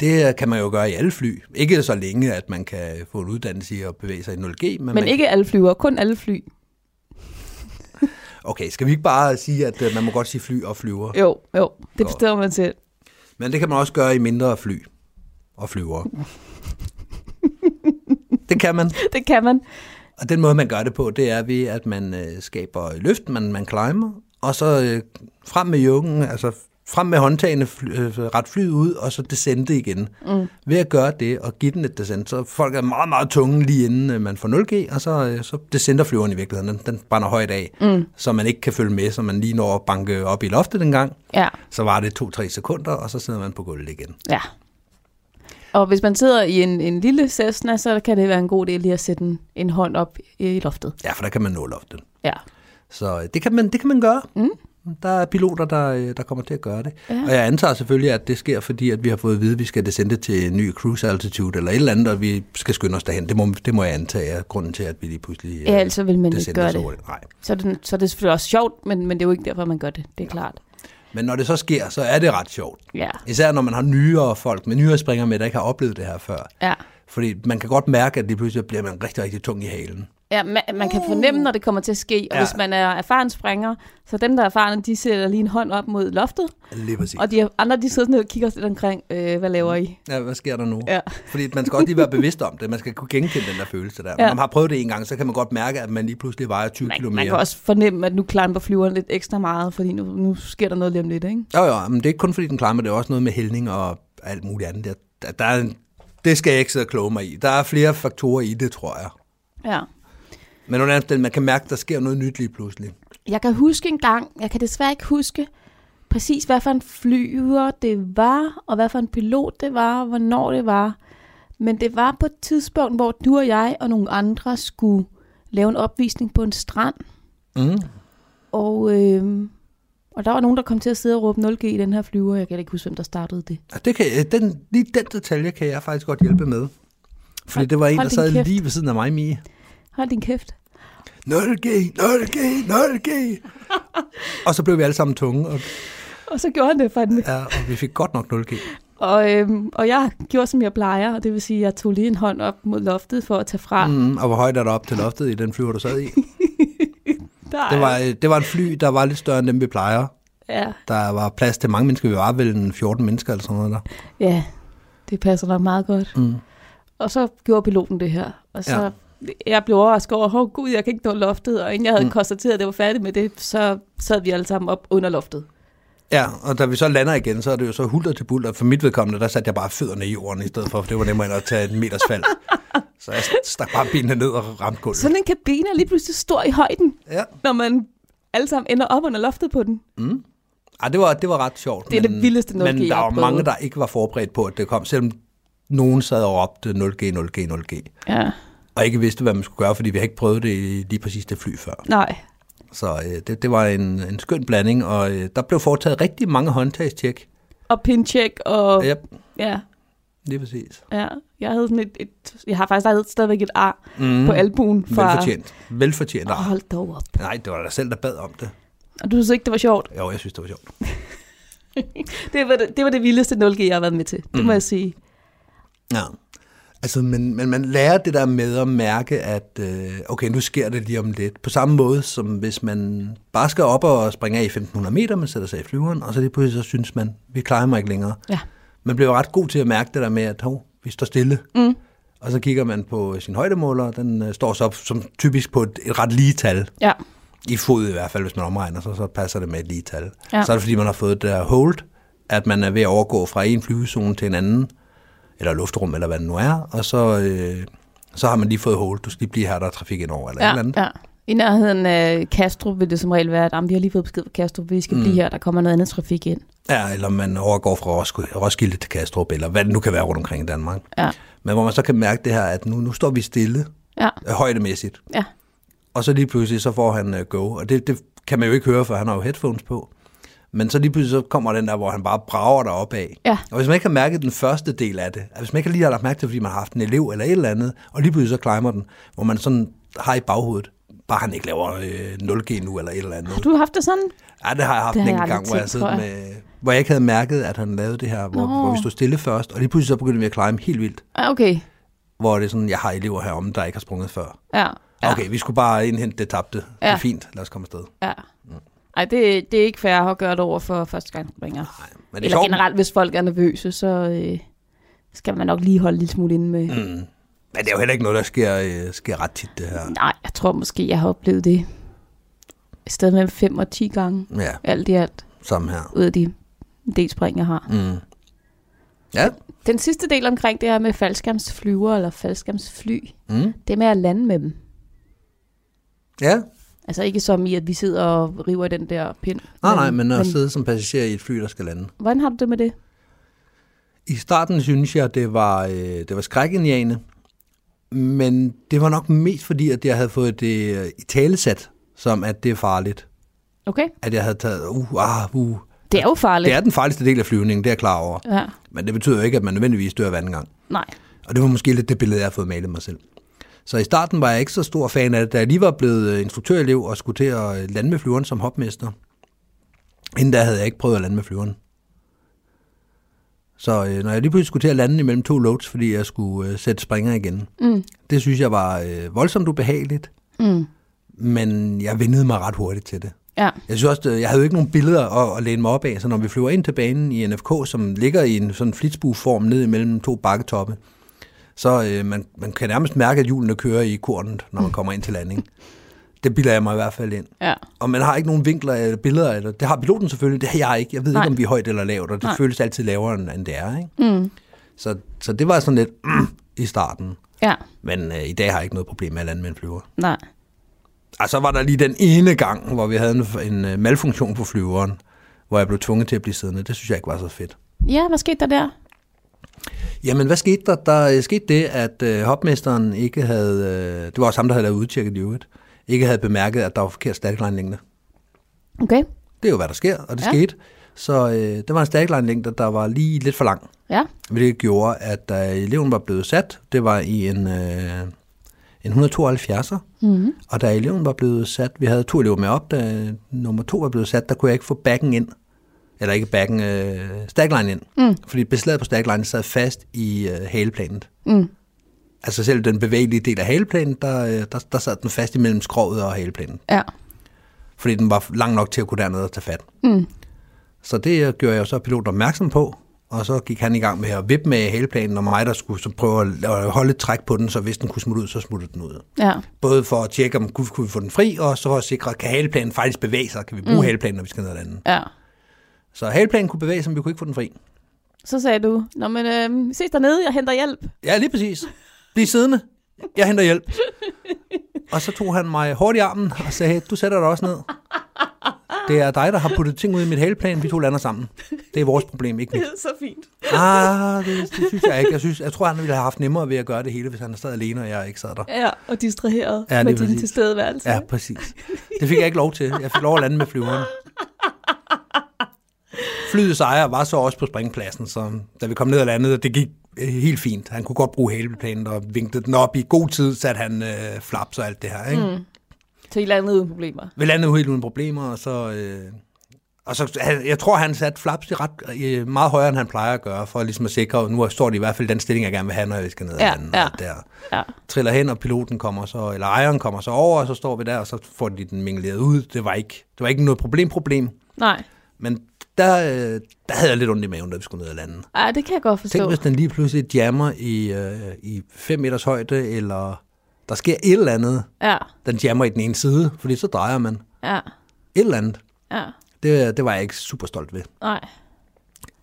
D: Det øh, kan man jo gøre i alle fly. Ikke så længe, at man kan få en uddannelse i at bevæge sig i 0G. Men,
C: Men
D: man,
C: ikke alle flyver, kun alle fly.
D: Okay, skal vi ikke bare sige, at øh, man må godt sige fly og flyver?
C: Jo, jo, det
D: Godt.
C: bestemmer man selv.
D: Men det kan man også gøre i mindre fly og flyvere. det kan man.
C: Det kan man.
D: Og den måde, man gør det på, det er ved, at man øh, skaber løft, man, man climber, og så øh, frem med jungen, altså frem med håndtagene, fly, øh, ret flyet ud, og så descente igen. Mm. Ved at gøre det og give den et descent, så folk er meget, meget tunge lige inden øh, man får 0G, og så, øh, så descenter flyveren i virkeligheden. Den, den brænder højt af, mm. så man ikke kan følge med, så man lige når at banke op i loftet en gang.
C: Ja,
D: Så var det 2-3 sekunder, og så sidder man på gulvet igen.
C: ja. Og hvis man sidder i en, en lille Cessna, så kan det være en god idé lige at sætte en, en hånd op i loftet.
D: Ja, for der kan man nå loftet.
C: Ja.
D: Så øh, det kan man, det kan man gøre. Mm. Der er piloter, der, øh, der kommer til at gøre det.
C: Ja.
D: Ja. Og jeg antager selvfølgelig, at det sker, fordi at vi har fået at vide, at vi skal descende til en ny cruise altitude eller et eller andet, og vi skal skynde os derhen. Det må, det må jeg antage er grunden til, at vi lige pludselig
C: Ja,
D: øh,
C: altså, ellers så vil man ikke
D: descender
C: gøre
D: så
C: det.
D: hurtigt. Nej.
C: Så er, det, så er det selvfølgelig også sjovt, men, men det er jo ikke derfor, man gør det. Det er klart.
D: Men når det så sker, så er det ret sjovt.
C: Ja.
D: Især når man har nyere folk med nyere springer med, der ikke har oplevet det her før.
C: Ja.
D: Fordi man kan godt mærke, at lige pludselig bliver man rigtig, rigtig tung i halen.
C: Ja, man, man kan fornemme, når det kommer til at ske. Og ja.
D: Ja.
C: hvis man er erfaren springer, så dem, der er erfarne, de sætter lige en hånd op mod loftet.
D: Lige præcis.
C: Og de andre, de sidder sådan og kigger lidt omkring, øh, hvad laver I?
D: Ja, hvad sker der nu?
C: Ja.
D: Fordi man skal også lige være bevidst om det. Man skal kunne genkende den der følelse der.
C: Ja.
D: Når man har prøvet det en gang, så kan man godt mærke, at man lige pludselig vejer 20 km.
C: Man, man kan også fornemme, at nu klamper flyveren lidt ekstra meget, fordi nu, nu sker der noget lige om lidt, ikke?
D: Jo, jo, men det er ikke kun fordi, den klammer. Det er også noget med hældning og alt muligt andet. Der, der, der er en, det skal jeg ikke sidde og kloge mig i. Der er flere faktorer i det, tror jeg.
C: Ja.
D: Men under alle omstændigheder, man kan mærke, at der sker noget nyt lige pludselig.
C: Jeg kan huske en gang, jeg kan desværre ikke huske præcis, hvad for en flyver det var, og hvad for en pilot det var, og hvornår det var. Men det var på et tidspunkt, hvor du og jeg og nogle andre skulle lave en opvisning på en strand.
D: Mm.
C: Og, øh, og der var nogen, der kom til at sidde og råbe 0G i den her flyver. Jeg kan ikke huske, hvem der startede det.
D: Og det kan, øh, den, lige den detalje kan jeg faktisk godt hjælpe med. Fordi det var en,
C: Hold
D: der
C: din
D: sad
C: kæft.
D: lige ved siden af mig, Mie.
C: Hold din kæft.
D: 0G, 0G, 0G. og så blev vi alle sammen tunge, og,
C: Og så gjorde han det fandme.
D: ja, og vi fik godt nok 0G.
C: Og, øhm, og jeg gjorde, som jeg plejer, og det vil sige, at jeg tog lige en hånd op mod loftet for at tage fra. Mm,
D: Mm, og hvor højt er der op til loftet i den flyver, du sad i?
C: der
D: Det var,
C: er-
D: øh, det var en fly, der var lidt større end dem, vi plejer.
C: ja,
D: Der var plads til mange mennesker. Vi var vel en 14 mennesker eller sådan noget der.
C: ja, det passer nok meget godt.
D: Mm.
C: Og så gjorde piloten det her, og så...
D: Ja.
C: Jeg blev overrasket over, oh, gud, jeg kan ikke nå loftet, og inden jeg havde mm. konstateret, at det var færdigt med det, så sad vi alle sammen op under loftet.
D: Ja, og da vi så lander igen, så er det jo så hulter til bulter. For mit vedkommende, der satte jeg bare fødderne i jorden i stedet for, for det var nemmere end at tage en meters fald. Så jeg stak bare benene ned og ramte gulvet.
C: Sådan en kabine er lige pludselig stor i højden,
D: Ja,
C: når man alle sammen ender op under loftet på den.
D: Ej, det, var, det var ret sjovt.
C: Det er det vildeste 0G,
D: Men
C: jeg
D: der
C: har
D: var
C: prøvet.
D: mange, der ikke var forberedt på, at det kom, selvom nogen sad og råbte 0G, 0G, 0G,
C: Ja.
D: og ikke vidste, hvad man skulle gøre, fordi vi har ikke prøvet det i lige præcis det fly før.
C: Nej.
D: Så øh, det, det var en, en skøn blanding, og øh, der blev foretaget rigtig mange håndtagstjek.
C: Og pincheck, og...
D: Okay. Ja,
C: Ja,
D: lige præcis.
C: ja. Jeg havde sådan et, et... Jeg har faktisk stadig- stadigvæk et ar mm. på albuen fra...
D: Mm-hmm. Velfortjent. Velfortjent.
C: Oh,
D: Oh.
C: hold dog op.
D: Nej, det var dig selv, der bad om det.
C: Og du synes ikke, det var sjovt?
D: Jo, jeg synes, det var sjovt.
C: Det var det, det, var det vildeste 0G, jeg har været med til. Det mm. må jeg sige.
D: Ja. Altså, men, men man lærer det der med at mærke, at øh, okay, nu sker det lige om lidt. På samme måde, som hvis man bare skal op og springe af i 1500 meter, man sætter sig i flyveren, og så lige pludselig så synes man, vi klarer mig ikke længere.
C: Ja.
D: Man bliver ret god til at mærke det der med, at hov, vi står stille. Mm. Og så kigger man på øh, sin højdemåler, og den øh, står så som typisk på et, et ret lige tal.
C: Ja.
D: I fod i hvert fald, hvis man omregner sig, så passer det med et lige tal.
C: Ja.
D: Ja. Så er det fordi, man har fået det der hold, at man er ved at overgå fra en flyvezone til en anden. eller luftrum, eller hvad det nu er, og så, øh, så har man lige fået hold, du skal lige blive her, der er trafik indover, eller ja, et eller andet.
C: ja. I nærheden af Castro vil det som regel være, at "Jamen, vi har lige fået besked fra Castro, vi skal mm. blive her, der kommer noget andet trafik ind.
D: Ja, eller man overgår fra Roskilde, Roskilde til Kastrup, eller hvad det nu kan være rundt omkring i Danmark.
C: Ja.
D: Men hvor man så kan mærke det her, at nu, nu står vi stille,
C: Ja,
D: øh, højdemæssigt,
C: ja.
D: og så lige pludselig så får han øh, go, og det, det kan man jo ikke høre, for han har jo headphones på. Men så lige pludselig så kommer den der, hvor han bare brager dig opad.
C: Ja.
D: Og hvis man ikke har mærket den første del af det, at hvis man ikke lige har lagt mærke til, fordi man har haft en elev eller et eller andet, og lige pludselig så climber den, hvor man sådan har i baghovedet, bare han ikke laver øh, 0G nu eller et eller andet.
C: Har du haft det sådan?
D: Ja, det har jeg haft
C: Det
D: en
C: har jeg
D: enkelt
C: aldrig
D: gang, hvor jeg,
C: tænkt,
D: sidder
C: tror
D: med, hvor jeg ikke havde mærket, at han lavede det her, hvor,
C: Nå.
D: hvor vi stod stille først, og lige pludselig så begyndte vi at climb helt vildt,
C: Ja, okay.
D: hvor det er sådan, jeg har elever heromme, der ikke har sprunget før.
C: Ja, ja,
D: Okay, vi skulle bare indhente det tabte. Ja. Det er
C: Ja.
D: fint, lad os komme afsted.
C: ja. Ej, det, det er ikke fair at gøre det over for første gang,
D: Men det er
C: Eller
D: sjovt.
C: generelt, hvis folk er nervøse, så øh, skal man nok lige holde lidt smule inde med. Mm.
D: Men det er jo heller ikke noget, der sker, øh, sker ret tit, det her.
C: Nej, jeg tror måske, jeg har oplevet det et sted mellem 5 og 10 gange,
D: Ja,
C: alt i alt,
D: sammen her.
C: ud af de del spring, jeg har.
D: Mm. Ja,
C: Den sidste del omkring det her med faldskærmsflyver eller faldskærmsfly,
D: mm.
C: det med at lande med dem.
D: ja.
C: Altså ikke som i, at vi sidder og river i den der pind.
D: Nej, nej, men at sidde som passager i et fly, der skal lande.
C: Hvordan har du det med det?
D: I starten synes jeg, det var, øh, det var skrækindjagende, men det var nok mest fordi, at jeg havde fået det øh, i talesat, som at det er farligt.
C: Okay,
D: At jeg havde taget, uh, ah, uh.
C: det er jo farligt.
D: Det er den farligste del af flyvningen, det er jeg klar over.
C: Ja,
D: Men det betyder jo ikke, at man nødvendigvis dør hver anden gang.
C: nej.
D: Og det var måske lidt det billede, jeg har fået malet mig selv. Så i starten var jeg ikke så stor fan af det, da jeg lige var blevet øh, instruktørelev og skulle til at øh, lande med flyveren som hopmester. Inden da havde jeg ikke prøvet at lande med flyveren. Så øh, når jeg lige pludselig skulle til at lande imellem to loads, fordi jeg skulle øh, sætte springer igen,
C: Mm.
D: det synes jeg var øh, voldsomt ubehageligt,
C: Mm.
D: men jeg vendede mig ret hurtigt til det.
C: Ja,
D: Jeg synes også, det- jeg havde jo ikke nogen billeder at, at læne mig op af, så når vi flyver ind til banen i NFK, som ligger i en sådan flitsbueform ned imellem to bakketoppe, så øh, man, man kan nærmest mærke, at hjulene kører i kornet, når man kommer ind til landing. Det bilder jeg mig i hvert fald ind.
C: ja,
D: Og man har ikke nogen vinkler eller billeder. Eller, det har piloten selvfølgelig, det har jeg ikke. Jeg ved Nej.
C: Nej.
D: ikke, om vi er højt eller lavt, og det Nej.
C: Nej.
D: føles altid lavere, end end det er. Ikke?
C: mm.
D: Så, så det var sådan lidt mm, i starten.
C: ja,
D: Men øh, i dag har jeg ikke noget problem med at lande med en flyver.
C: nej.
D: Og Ah, så var der lige den ene gang, hvor vi havde en, en øh, malfunktion på flyveren, hvor jeg blev tvunget til at blive siddende. Det synes jeg ikke var så fedt.
C: Ja, hvad skete der der?
D: Jamen, hvad skete der? Der øh, skete det, at øh, hopmesteren ikke havde... Øh, det var også ham, der havde lavet udtjekket i øvrigt. Ikke havde bemærket, at der var forkert statickline-længde.
C: Okay,
D: Det er jo, hvad der sker, og det ja.
C: Ja.
D: skete. Så øh, der var en statickline-længde, der var lige lidt for lang.
C: ja,
D: Hvilket gjorde, at da eleven var blevet sat, det var i en, øh, en 172'er,
C: mm.
D: Og da eleven var blevet sat, vi havde to elever med op, da nummer to var blevet sat, der kunne jeg ikke få backen ind. Eller ikke backen, øh, stackline ind.
C: Mm.
D: Fordi beslaget på stackline sad fast i øh, haleplanet.
C: Mm.
D: Altså selv den bevægelige del af haleplanet, der, øh, der, der sad den fast imellem skroget og haleplanet.
C: ja,
D: Fordi den var lang nok til at kunne dernede og tage fat.
C: mm.
D: Så det øh, gjorde jeg jo så piloten opmærksom på, og så gik han i gang med at vippe med haleplanen, og mig, der skulle så prøve at- at holde et træk på den, så hvis den kunne smutte ud, så smuttede den ud.
C: ja,
D: Både for at tjekke, om kunne, kunne vi få den fri, og så for at sikre, kan haleplanen faktisk bevæge sig? Kan vi bruge mm. haleplanen, når vi skal ned ad den?
C: ja.
D: Så haleplanen kunne bevæge sig, men vi kunne ikke få den fri.
C: Så sagde du, Nå, men øh, vi ses dernede, jeg henter hjælp.
D: Ja, lige præcis. Bliv siddende. Jeg henter hjælp. Og så tog han mig hårdt i armen og sagde, du sætter dig også ned. Det er dig, der har puttet ting ud i mit haleplan. Vi to lander sammen. Det er vores problem, ikke mit.
C: er så fint.
D: Ah, det, det, synes jeg ikke. Jeg, synes, jeg tror, han ville have haft nemmere ved at gøre det hele, hvis han sad alene, og jeg ikke sad der.
C: Ja, og distraheret
D: Ja,
C: ja,
D: lige
C: med din
D: præcis.
C: tilstedeværelse.
D: Ja, præcis. Det fik jeg ikke lov til. Jeg fik lov at lande med flyveren. Flyets ejer var så også på springpladsen, så da vi kom ned og landede, det gik øh, helt fint. Han kunne godt bruge haleplanen og vinkede den op i god tid, satte han øh, flaps og alt det her. Ikke? Mm.
C: Så I landede uden problemer.
D: Vi landede jo helt uden problemer, og så... Øh, og så, han- jeg tror, han satte flaps i ret, øh, meget højere, end han plejer at gøre, for ligesom at sikre, at nu står de i hvert fald i den stilling, jeg gerne vil have, når jeg skal ned og
C: Ja,
D: lande.
C: ja.
D: Og alt det her
C: Ja,
D: triller hen, og piloten kommer så, eller ejeren kommer så over, og så står vi der, og så får de den mingleret ud. Det var ikke, det var ikke noget problem, problem.
C: nej.
D: Men der, øh, der havde jeg lidt ondt i maven, da vi skulle ned og lande.
C: Ej, det kan jeg godt forstå.
D: Tænk, hvis den lige pludselig jammer i, øh, i 5 meters højde, eller der sker et eller andet.
C: Ja,
D: Den jammer i den ene side, fordi så drejer man.
C: ja,
D: Et eller andet.
C: ja,
D: Det, det var jeg ikke super stolt ved.
C: nej.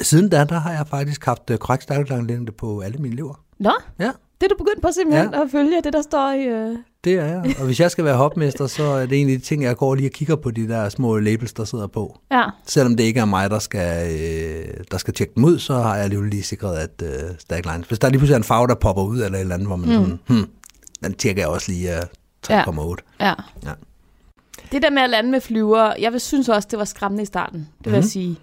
D: Siden da, der har jeg faktisk haft øh, korrekt stærkelanglængde på alle mine elever.
C: Nå,
D: Ja.
C: det er du begyndt på simpelthen ja. at følge, det der står i... Øh...
D: Det er jeg. Og hvis jeg skal være hopmester, så er det en af de ting, jeg går lige og kigger på de der små labels, der sidder på.
C: Ja,
D: Selvom det ikke er mig, der skal, øh, der skal tjekke dem ud, så har jeg alligevel lige sikret, at øh, stack lines. Hvis der lige pludselig er en farve, der popper ud eller et eller andet, hvor man mm. sådan, hmm, den tjekker jeg også lige øh, 3,8.
C: Ja.
D: Ja.
C: ja.
D: Ja.
C: Det der med at lande med flyver, jeg vil synes også, det var skræmmende i starten, det vil mm.
D: Mhm.
C: jeg sige.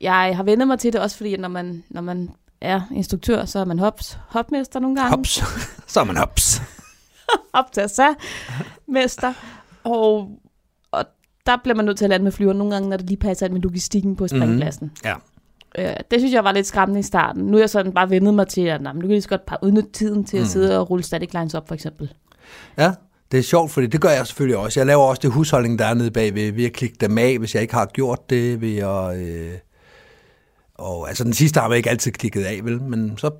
C: Jeg har vendet mig til det også, fordi når man, når man er instruktør, så er man hops, hopmester nogle gange.
D: Hops. så er man hops.
C: op til sig, mester. Og, og der bliver man nødt til at lande med flyver nogle gange, når det lige passer ind med logistikken på springpladsen. Mm.
D: Ja. Mhm.
C: Øh, det synes jeg var lidt skræmmende i starten. Nu er jeg sådan bare vendet mig til, at nej, men nu kan jeg lige så godt bare udnytte tiden til at
D: Mhm.
C: sidde og rulle static lines op, for eksempel.
D: Ja, det er sjovt, fordi det gør jeg selvfølgelig også. Jeg laver også det husholdning, der er nede bagved, ved at klikke dem af, hvis jeg ikke har gjort det, ved at... Øh, og altså den sidste har man ikke altid klikket af, vel? Men så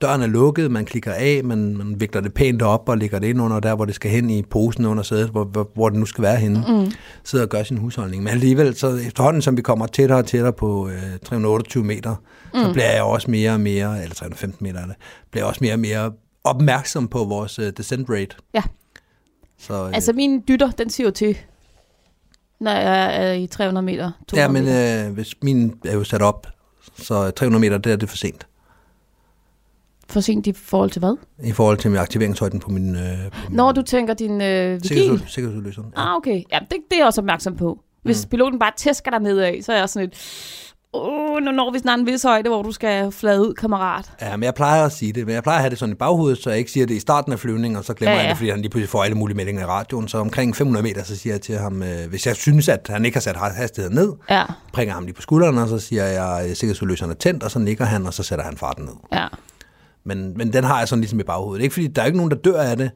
D: døren er lukket, man klikker af, man, man vikler det pænt op og lægger det ind under der, hvor det skal hen i posen under sædet, hvor, hvor, hvor det nu skal være henne. Mm. Sidder og gør sin husholdning. Men alligevel, så efterhånden som vi kommer tættere og tættere på øh, 328 meter, mm. så bliver jeg også mere og mere, eller 315 meter, er det, bliver jeg også mere og mere opmærksom på vores øh, descent rate.
C: Ja,
D: Så, øh,
C: altså min dytter, den siger jo til, når jeg er i 300 meter, 200
D: ja, men
C: meter.
D: øh, hvis min er jo sat op, så 300 meter, der er det for sent. øh-
C: For sent i forhold til hvad?
D: I forhold til med aktiveringshøjden på min...
C: Ah,
D: Øh, på min
C: Når du tænker din øh, vigil.
D: sikkerhedsud- sikkerhedsudløseren. Ja.
C: Ah, okay. Ja, det, det er jeg også opmærksom på. Hvis mm. piloten bare tæsker dig nedad, så er jeg sådan lidt, åh, nu når vi snart en vis højde, hvor du skal flade ud, kammerat.
D: ja, men jeg plejer at sige det. Men jeg plejer at have det sådan i baghovedet, så jeg ikke siger det i starten af flyvningen, og så glemmer
C: Ja,
D: ja,
C: ja.
D: jeg det, fordi han lige pludselig får alle mulige meldinger i radioen. Så omkring 500 meter, så siger jeg til ham, øh, hvis jeg synes, at han ikke har sat hastigheden ned,
C: Ja,
D: prikker ham lige på skulderen, og så siger jeg, øh, sikkerhedsudløseren er tændt, og så nikker han, og så sætter han farten ned.
C: ja.
D: Men, men den har jeg sådan ligesom i baghovedet. Ikke fordi, der er ikke nogen, der dør af det,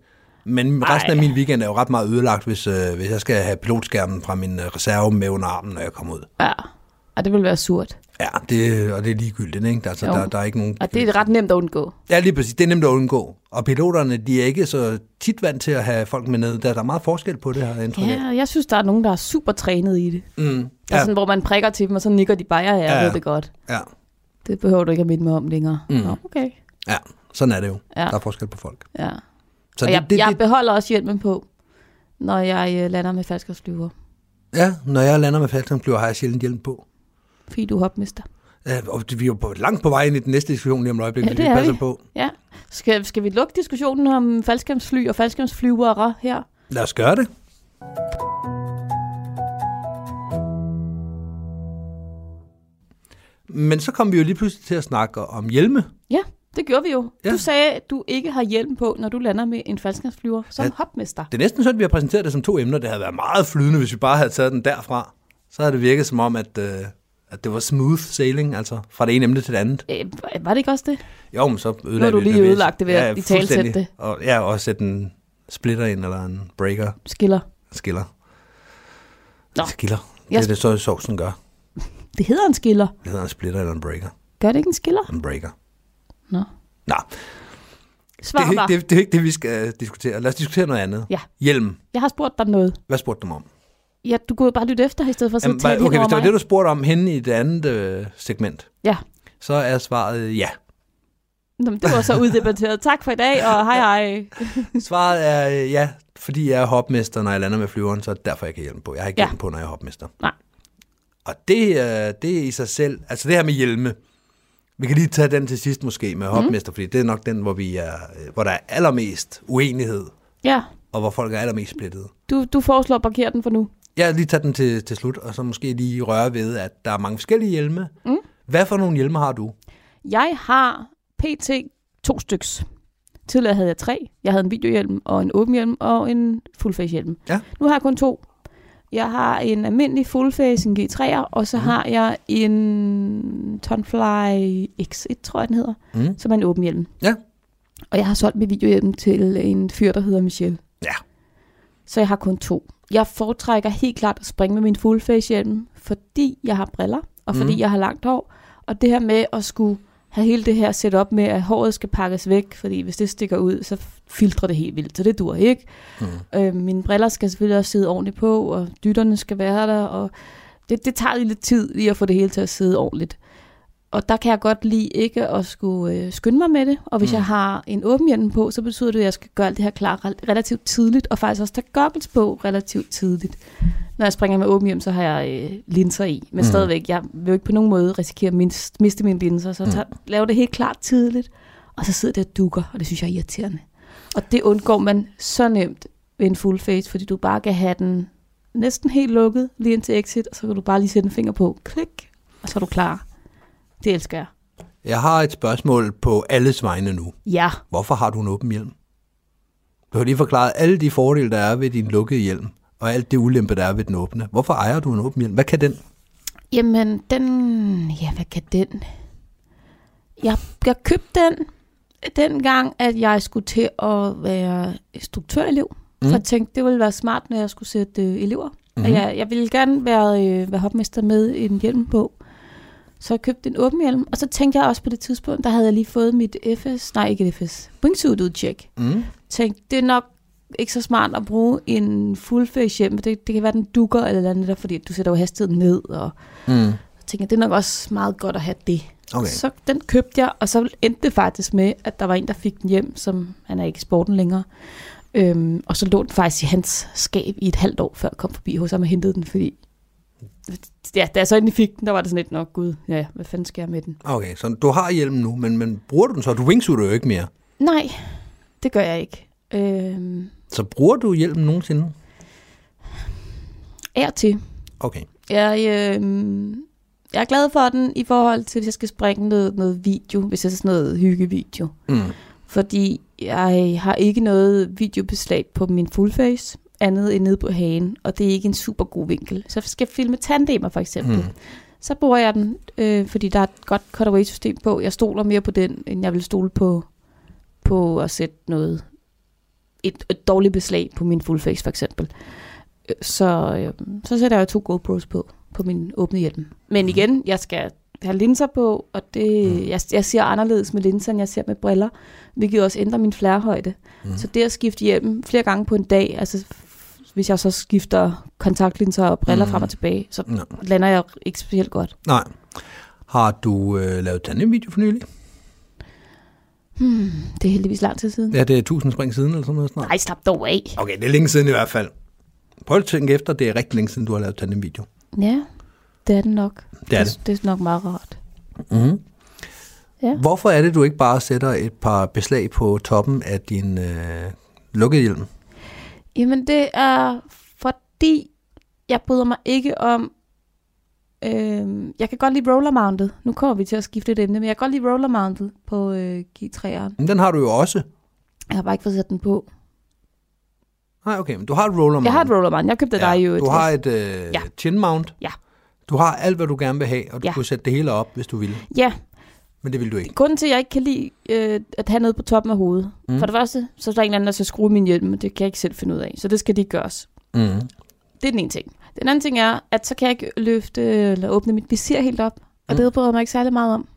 D: men resten
C: Ej.
D: af min weekend er jo ret meget ødelagt, hvis, øh, hvis jeg skal have pilotskærmen fra min øh, reserve med under armen, når jeg kommer ud.
C: ja. Og det vil være surt.
D: Ja, det, og det er ligegyldigt, ikke? Altså,
C: Jo.
D: der, der er ikke nogen...
C: Og det er ret nemt at undgå.
D: Ja, lige præcis. Det er nemt at undgå. Og piloterne, de er ikke så tit vant til at have folk med ned. Der, der er meget forskel på det her indtryk.
C: Ja, jeg synes, der er nogen, der er super trænet i det.
D: Mm.
C: Ja.
D: Ja,
C: Sådan, hvor man prikker til dem, og så nikker de bare, ja, jeg
D: Ja,
C: ja.
D: ja.
C: ved det godt.
D: ja,
C: Det behøver du ikke at minde mig om længere. Mm. Nå, okay.
D: ja. Sådan er det jo.
C: Ja.
D: Der er forskel på folk.
C: Ja.
D: Så
C: og jeg, det, det, jeg beholder også hjelmen på, når jeg øh, lander med falskersflyver.
D: ja, når jeg lander med faldskærmflyver, har jeg sjældent hjelm på.
C: Fordi du er hopmester.
D: Ja, Øh, og vi er jo på, langt på vej ind i den næste diskussion lige om et øjeblik,
C: Ja,
D: hvis
C: det
D: vi
C: er
D: passer
C: vi.
D: på.
C: Ja. Skal, skal vi lukke diskussionen om faldskærmsfly og faldskærmsflyvere her?
D: Lad os gøre det. Men så kom vi jo lige pludselig til at snakke om hjelme.
C: Ja, det gjorde vi jo. Ja.
D: Ja.
C: Du sagde, at du ikke har hjelm på, når du lander med en faldskærmsflyver som ja.
D: Ja.
C: hopmester.
D: Det er næsten sådan, at vi har præsenteret det som to emner. Det havde været meget flydende, hvis vi bare havde taget den derfra. Så havde det virket som om, at, øh, at det var smooth sailing, altså fra det ene emne til det andet.
C: Øh, var det ikke også det?
D: Jo, men så ødelagde
C: har du
D: vi
C: lige
D: bevidst.
C: ødelagt det ved at
D: ja,
C: italesætte
D: fuldstændig.
C: det.
D: Og, ja, og sætte en splitter ind, eller en breaker
C: Skiller.
D: skiller.
C: Nå.
D: Skiller. Det
C: Jeg-
D: er det, så sovsen gør.
C: Det hedder en skiller.
D: Det hedder en splitter eller en breaker.
C: Gør det ikke en skiller?
D: En breaker.
C: Nå.
D: Nå, det
C: Svar
D: er,
C: mig.
D: ikke, det, er, det er ikke det, vi skal øh, diskutere. Lad os diskutere noget andet.
C: Ja.
D: Hjelm.
C: Jeg har spurgt dig noget.
D: Hvad spurgte du mig om?
C: Ja, du kunne jo bare lytte efter, i stedet for at sidde og
D: hvad-
C: tale hen
D: okay,
C: over
D: hvis det var
C: mig.
D: det, du spurgte om henne i det andet øh, segment,
C: Ja.
D: så er svaret øh, ja.
C: Nå, men det var så uddebatteret. Tak for i dag, og hej hej.
D: Svaret er øh, ja, fordi jeg er hopmester, når jeg lander med flyveren, så er det derfor, jeg kan hjelm på. Jeg har ikke
C: Ja.
D: ja. hjelm på, når jeg er hopmester.
C: Nej.
D: Og det, øh, det er i sig selv, altså det her med hjelme, vi kan lige tage den til sidst måske
C: Mhm.
D: med hopmester, mm. fordi det er nok den, hvor, vi er, øh, hvor der er allermest uenighed,
C: Ja,
D: og hvor folk er allermest splittet.
C: du, du foreslår at parkere den for nu.
D: Jeg vil lige tage den til, til slut, og så måske lige røre ved, at der er mange forskellige hjelme.
C: Mhm.
D: Mm. Hvad for nogle hjelme har du?
C: Jeg har pt. to styks. Tidligere havde jeg tre. Jeg havde en videohjelm og en åben hjelm og en fullface hjelm.
D: Ja.
C: Nu har jeg kun to. Jeg har en almindelig fullface, en G3'er, og så mm. har jeg en Tonfly X1, tror jeg den hedder,
D: Mm.
C: som er en åben hjelm.
D: Ja.
C: Og jeg har solgt min videohjelm til en fyr, der hedder Michel.
D: Ja.
C: Så jeg har kun to. Jeg foretrækker helt klart at springe med min fullface hjelm, fordi jeg har briller, og fordi mm.
D: Mhm.
C: jeg har langt hår. Og det her med at skulle have hele det her set op med, at håret skal pakkes væk, fordi hvis det stikker ud, så filtrer det helt vildt, så det dur ikke. Mm. Øh, mine briller skal selvfølgelig også sidde ordentligt på, og dytterne skal være der, og det, det tager lige lidt tid lige at få det hele til at sidde ordentligt. Og der kan jeg godt lide ikke at skulle øh, skynde mig med det. Og hvis mm. jeg har en åben hjelm på, så betyder det, at jeg skal gøre alt det her klar rel- relativt tidligt, og faktisk også tage goggles på relativt tidligt. Når jeg springer med åben hjelm, så har jeg øh, linser i. Men mm. stadigvæk, jeg vil jo ikke på nogen måde risikere at minst, miste mine linser, så tager, laver det helt klart tidligt. Og så sidder det og dukker, og det synes jeg er irriterende. Og det undgår man så nemt ved en full face, fordi du bare kan have den næsten helt lukket lige indtil exit, og så kan du bare lige sætte en finger på, klik, og så er du klar. Det elsker jeg.
D: Jeg har et spørgsmål på alles vegne nu.
C: Ja,
D: Hvorfor har du en åben hjelm? Du har lige forklaret alle de fordele, der er ved din lukkede hjelm, og alt det ulempe, der er ved den åbne. Hvorfor ejer du en åben hjelm? Hvad kan den?
C: jamen den, ja hvad kan den? Jeg, jeg købte den dengang, at jeg skulle til at være instruktørelev. Mm. For jeg tænkte, det ville være smart, når jeg skulle sætte øh, elever. Mm.
D: Mm-hmm.
C: Og jeg, jeg ville gerne være, øh, være hopmester med en hjelm på. Så jeg købte en åben hjelm, og så tænkte jeg også på det tidspunkt, der havde jeg lige fået mit FS, nej ikke et FS, wingsuit udtjek.
D: Mm.
C: tænkte, det er nok ikke så smart at bruge en full face hjem. Det, det kan være, den dukker eller et eller andet, der, fordi du sætter jo hastigheden ned. Og
D: Mm.
C: så tænkte jeg, det er nok også meget godt at have det.
D: Okay.
C: Så den købte jeg, og så endte det faktisk med, at der var en, der fik den hjem, som han er ikke i sporten længere. Øhm, og så lå den faktisk i hans skab i et halvt år, før jeg kom forbi hos ham og hentede den, fordi... Ja, da jeg så endelig fik den, der var det sådan lidt, nok gud, ja, hvad fanden skal jeg med den?
D: Okay, så du har hjelmen nu, men, men bruger du den så? Du wingsuiter jo ikke mere.
C: Nej, det gør jeg ikke. Øhm,
D: Så bruger du hjelmen nogensinde?
C: er til.
D: Okay.
C: Jeg, øh, jeg er glad for den i forhold til, hvis jeg skal springe noget, noget video, hvis jeg er sådan noget hyggevideo.
D: Mm.
C: Fordi jeg har ikke noget videobeslag på min full face, andet end nede på hagen, og det er ikke en super god vinkel. Så skal jeg filme tandemer for eksempel. Mm.
D: Mm.
C: Så bruger jeg den, øh, fordi der er et godt cutaway-system på. Jeg stoler mere på den, end jeg vil stole på, på at sætte noget et, et dårligt beslag på min full face for eksempel. Øh, Så, øh, så sætter jeg jo to GoPros på, på min åbne hjelm. Men
D: Mhm.
C: igen, jeg skal have linser på, og det, mm. jeg, jeg ser anderledes med linser, end jeg ser med briller, hvilket også ændrer min flærehøjde.
D: Mhm.
C: Mm. Så det at skifte hjelm flere gange på en dag, altså f- hvis jeg så skifter kontaktlinser og briller mm. frem og tilbage, så
D: Mhm. Nå.
C: lander jeg ikke specielt godt.
D: Nej. Har du øh, lavet tandemvideo for nylig?
C: Det er heldigvis lang tid siden.
D: Ja, det er tusind spring siden eller sådan noget snart.
C: Nej, slap dog af.
D: Okay, det er længe siden i hvert fald. Prøv at tænke efter, det er rigtig længe siden, du har lavet tandemvideo.
C: Ja, det er det nok.
D: Det er
C: det. Det er nok meget rart.
D: Mm.
C: Ja.
D: Hvorfor er det, du ikke bare sætter et par beslag på toppen af din øh, lukkede hjelm?
C: Jamen det er fordi, jeg bryder mig ikke om... Øh, jeg kan godt lide roller mounted. Nu kommer vi til at skifte et emne, men jeg kan godt lide roller mounted på øh, G3'eren.
D: Men den har du jo også.
C: Jeg har bare ikke fået sat den på.
D: Nej, okay, men du har et roller
C: Jeg har et roller mounted. Jeg købte dig jo.
D: Du har et øh,
C: Ja.
D: ja. chin mount.
C: Ja.
D: Du har alt, hvad du gerne vil have, og du
C: Ja.
D: ja. kunne sætte det hele op, hvis du ville.
C: Ja,
D: Men det ville du ikke.
C: grunden til, at jeg ikke kan lide øh, at have noget på toppen af hovedet. Mm. For det første, så er der en eller anden, der skal skrue min hjelm, og det kan jeg ikke selv finde ud af. Så det skal de gøres. Mm-hmm.
D: Mm.
C: Det er den ene ting. Den anden ting er, at så kan jeg ikke løfte eller åbne mit visir helt op. Og mm. det bryder jeg mig ikke særlig meget om.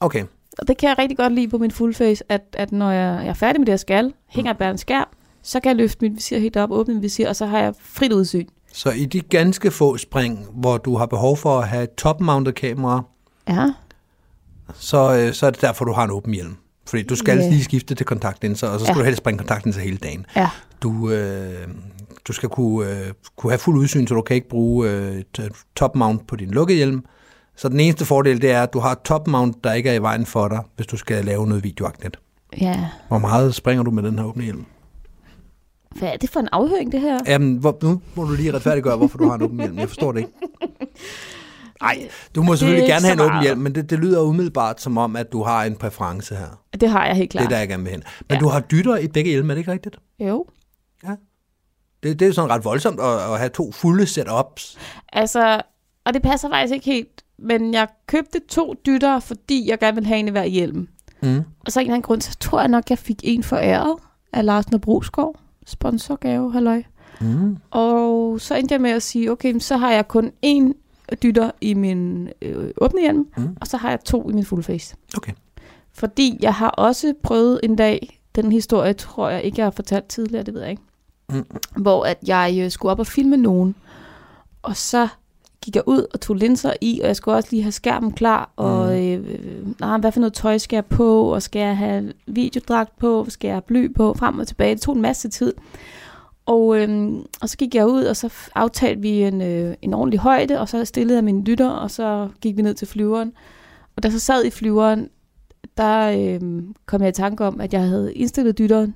D: Okay,
C: Og det kan jeg rigtig godt lide på min full face, at, at når jeg, jeg er færdig med det, jeg skal, hænger jeg bare en skærm, så kan jeg løfte mit visir helt op, åbne mit visir, og så har jeg frit udsyn.
D: så i de ganske få spring, hvor du har behov for at have et top-mounted kamera,
C: Ja.
D: så, øh, så er det derfor, du har en åben hjelm. Fordi du skal
C: Ja.
D: yeah. lige skifte til kontaktlinser, og så skal
C: Ja.
D: ja. du helst springe kontaktlinser hele dagen.
C: Ja.
D: Du, øh, du skal kunne, øh, kunne have fuld udsyn, så du kan ikke bruge øh, et top-mount på din lukkede hjelm. Så den eneste fordel, det er, at du har et top-mount, der ikke er i vejen for dig, hvis du skal lave noget videoagtigt.
C: Ja.
D: Hvor meget springer du med den her åbne hjelm?
C: Hvad er det for en afhøring, det her?
D: Jamen, hvor, nu må du lige retfærdiggøre, hvorfor du har en åben hjelm. Jeg forstår det ikke. Nej, du må selvfølgelig
C: ikke
D: gerne
C: så
D: have en åben
C: meget.
D: hjelm, men det, det lyder umiddelbart som om, at du har en præference her.
C: Det har jeg helt klart.
D: Det er der, jeg gerne vil hen. Men
C: Ja.
D: ja. du har dytter i begge hjelme, er det ikke rigtigt?
C: Jo.
D: Det, det er jo sådan ret voldsomt at, at have to fulde setups.
C: Altså, og det passer faktisk ikke helt, men jeg købte to dytter, fordi jeg gerne ville have en i hver hjelm.
D: Mm.
C: Og så af en eller anden grund, så tror jeg nok, jeg fik en foræret af Lars Nobroskov. Sponsorgave, halløj.
D: Mm.
C: Og så endte jeg med at sige, okay, men så har jeg kun én dytter i min øh, åbne hjelm, mm.
D: Mm.
C: og så har jeg to i min full face.
D: Okay.
C: Fordi jeg har også prøvet en dag, den historie tror jeg ikke, jeg har fortalt tidligere, det ved jeg ikke, mm. hvor at jeg øh, skulle op og filme nogen, og så gik jeg ud og tog linser i, og jeg skulle også lige have skærmen klar, og mm. øh, nej, hvad for noget tøj skal jeg på, og skal jeg have videodragt på, skal jeg have bly på, frem og tilbage. Det tog en masse tid. Og, øhm, og så gik jeg ud, og så f- aftalte vi en, øh, en ordentlig højde, og så stillede jeg min lytter, og så gik vi ned til flyveren. Og da jeg så sad i flyveren, der øhm, kom jeg i tanke om, at jeg havde indstillet lytteren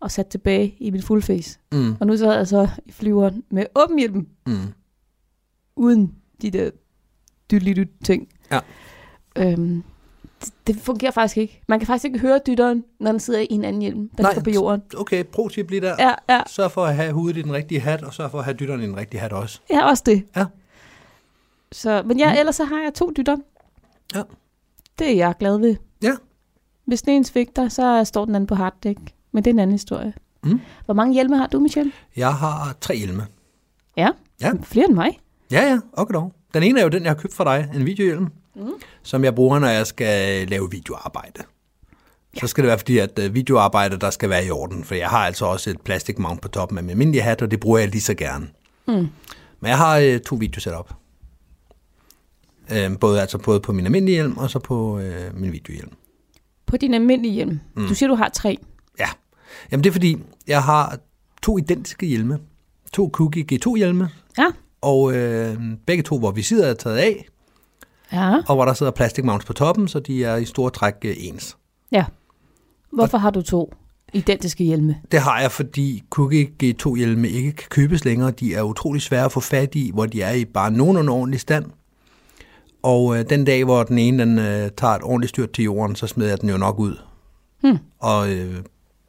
C: og sat tilbage i min fullface.
D: Mm.
C: Og nu sad jeg så i flyveren med åben hjelm,
D: Mm.
C: uden de der dyt ting.
D: Ja.
C: Øhm, det, det fungerer faktisk ikke. Man kan faktisk ikke høre dytteren, når den sidder i en anden hjelm, der
D: Nej.
C: ligger på jorden.
D: Okay, pro-tip lige der.
C: Ja, ja.
D: Sørg for at have hovedet i den rigtige hat, og sørg for at have dytteren i den rigtige hat også.
C: Ja, også det.
D: Ja.
C: Så, men ja, ellers så har jeg to dytter.
D: Mm. Ja.
C: Det er jeg glad ved.
D: Ja.
C: Hvis den ene svigter, så står den anden på harddæk. Men det er en anden historie.
D: Mm.
C: Hvor mange hjelme har du, Michelle?
D: Jeg har tre hjelme.
C: Ja.
D: Ja.
C: Flere end mig.
D: Ja, ja, okay dog. Den ene er jo den, jeg har købt for dig, en videohjelm, mm. som jeg bruger, når jeg skal lave videoarbejde. Ja. Så skal det være fordi, at øh, videoarbejde, der skal være i orden, for jeg har altså også et plastikmount på toppen af min almindelige hat, og det bruger jeg lige så gerne.
C: Mm.
D: Men jeg har øh, to videosetup. Øh, både, altså både på min almindelige hjelm, og så på øh, min videohjelm.
C: På din almindelige hjelm.
D: Mm.
C: Mm. Du siger, du har tre.
D: Ja. Jamen det er fordi, jeg har to identiske hjelme. To Cookie G2-hjelme,
C: Ja.
D: og øh, begge to, hvor vi sidder, er taget af,
C: Ja.
D: og hvor der sidder plastic mounts på toppen, så de er i store træk øh, ens.
C: ja. Hvorfor har du to identiske hjelme?
D: Det har jeg, fordi Cookie G2-hjelme ikke kan købes længere. De er utrolig svære at få fat i, hvor de er i bare nogenlunde ordentlig stand. Og øh, den dag, hvor den ene den, øh, tager et ordentligt styrt til jorden, så smider jeg den jo nok ud.
C: Hmm.
D: Og øh,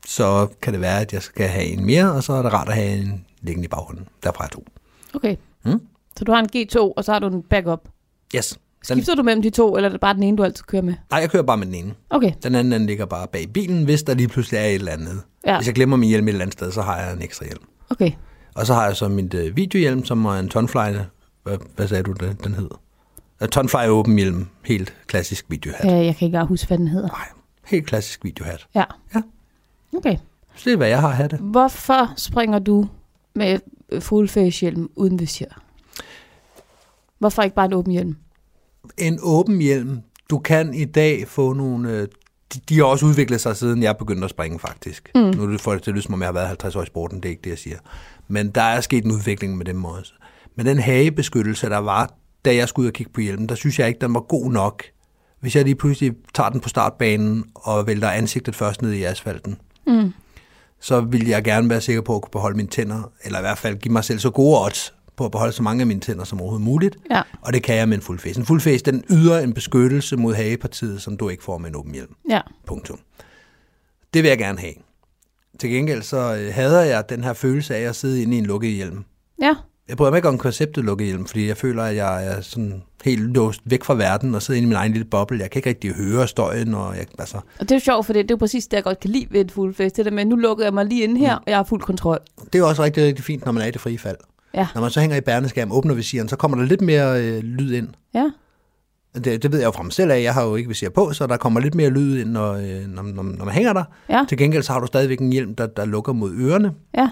D: så kan det være, at jeg skal have en mere, og så er det rart at have en liggende i baghånden. Derfor har jeg to.
C: Okay.
D: Mm.
C: Så du har en G2, og så har du en backup.
D: Yes. Den,
C: Skifter du mellem de to, eller er det bare den ene, du altid kører med?
D: nej, jeg kører bare med den ene.
C: Okay.
D: Den anden den ligger bare bag bilen, hvis der lige pludselig er et eller andet.
C: Ja.
D: Hvis jeg glemmer min hjelm et eller andet sted, så har jeg en ekstra hjelm.
C: Okay.
D: Og så har jeg så mit øh, videohjelm, som er en tonfly. Hvad, hvad sagde du, det, den hed? Uh, tonfly åben hjelm. Helt klassisk videohat. Ja.
C: Øh, jeg kan ikke engang huske, hvad den hedder.
D: Nej, helt klassisk videohat.
C: Ja.
D: Ja.
C: Okay.
D: Så det er, hvad jeg har hatte.
C: Hvorfor springer du med full face hjelm uden visir? Hvorfor ikke bare en åben hjelm?
D: En åben hjelm. Du kan i dag få nogle... Øh, de, de har også udviklet sig, siden jeg begyndte at springe, faktisk. Mm. Nu får det til at lyde, som om jeg har været 50 år i sporten. Det er ikke det, jeg siger. Men der er sket en udvikling med dem også. Men den hagebeskyttelse, der var, da jeg skulle ud og kigge på hjelmen, der synes jeg ikke, den var god nok. Hvis jeg lige pludselig tager den på startbanen og vælter ansigtet først ned i asfalten,
C: Mm.
D: så vil jeg gerne være sikker på at kunne beholde mine tænder, eller i hvert fald give mig selv så gode odds på at beholde så mange af mine tænder som overhovedet muligt.
C: Ja.
D: Og det kan jeg med en full face. En full face, den yder en beskyttelse mod hagepartiet, som du ikke får med en åben hjelm.
C: Ja.
D: Punktum. Det vil jeg gerne have. Til gengæld så øh, hader jeg den her følelse af at sidde inde i en lukket hjelm.
C: Ja.
D: Jeg prøver mig ikke om konceptet lukket hjelm, fordi jeg føler, at jeg er sådan helt låst væk fra verden og sidder inde i min egen lille boble. Jeg kan ikke rigtig høre støjen, og jeg, altså,
C: Og det er jo sjovt, for det, det er jo præcis det, jeg godt kan lide ved et full face. Det der med, nu lukker jeg mig lige ind
D: Mm.
C: her, og jeg har fuld kontrol.
D: det er jo også rigtig, rigtig fint, når man er i det frie fald.
C: Ja.
D: Når man så hænger i bærneskærm, åbner visiren, så kommer der lidt mere øh, lyd ind.
C: Ja.
D: Det, det ved jeg jo fra mig selv af, jeg har jo ikke visir på, så der kommer lidt mere lyd ind, når, øh, når, når, når man hænger der.
C: Ja.
D: Til gengæld så har du stadigvæk en hjelm, der, der lukker mod ørerne,
C: Ja.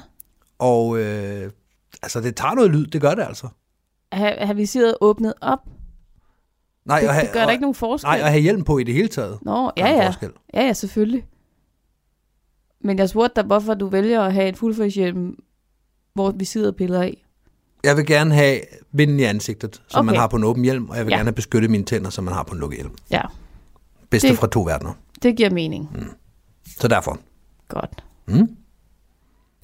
D: og øh, altså det tager noget lyd, det gør det altså.
C: Har, har visiret åbnet op?
D: Nej,
C: Det,
D: at have-
C: det gør
D: og,
C: der ikke nogen forskel.
D: Nej, at have hjelm på i det hele taget.
C: Nå,
D: gør
C: ja,
D: en
C: ja.
D: forskel.
C: Ja, ja, selvfølgelig. Men jeg spurgte dig, hvorfor du vælger at have et fuldførshjelm, hvor vi sidder og piller af.
D: Jeg vil gerne have vinden i ansigtet, som okay. man
C: Okay.
D: har på en åben hjelm, og jeg vil ja.
C: Ja.
D: gerne have beskyttet mine tænder, som man har på en lukket hjelm.
C: Ja,
D: Bedste det...
C: Det-
D: fra to verdener.
C: det giver mening.
D: Mm. Så derfor.
C: Godt.
D: Mm.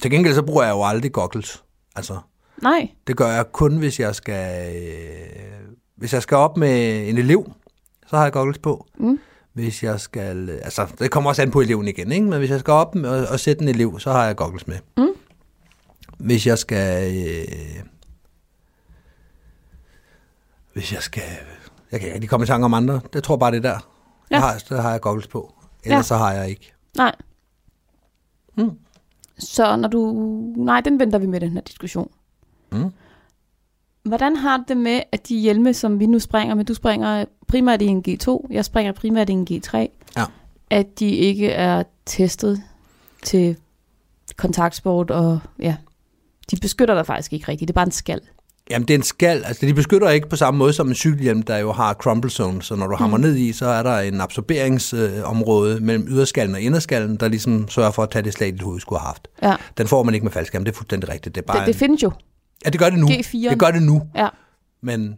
D: Til gengæld så bruger jeg jo aldrig goggles. Altså,
C: Nej.
D: Det gør jeg kun, hvis jeg skal, øh, hvis jeg skal op med en elev, så har jeg goggles på.
C: Mm.
D: Hvis jeg skal, øh, altså det kommer også an på eleven igen, ikke? men hvis jeg skal op med- og, og sætte en elev, så har jeg goggles med.
C: Mm.
D: Hvis jeg skal, øh, hvis jeg skal, jeg kan ikke rigtig komme i tanke om andre, det tror bare det er der.
C: Ja.
D: Ja. Jeg har, så har jeg goggles på, ellers ja.
C: Ja.
D: så har jeg ikke.
C: Nej.
D: Mm.
C: Så når du... Nej, den venter vi med den her diskussion.
D: Mm.
C: Hvordan har du det med, at de hjelme, som vi nu springer med, du springer primært i en G2, jeg springer primært i en G3,
D: Ja.
C: at de ikke er testet til kontaktsport, og ja, de beskytter dig faktisk ikke rigtigt, det er bare en skal.
D: Jamen, den skal. Altså, de beskytter ikke på samme måde som en cykelhjelm, der jo har crumple zone. Så når du
C: Mm.
D: hammer ned i, så er der en absorberingsområde øh, mellem yderskallen og inderskallen, der ligesom sørger for at tage det slag, dit hoved skulle have haft.
C: Ja.
D: Den får man ikke med faldskærm, det er fuldstændig rigtigt. Det, er bare
C: Det, det
D: en,
C: findes jo.
D: ja, det gør det nu.
C: G4'en.
D: Det gør det nu,
C: Ja.
D: men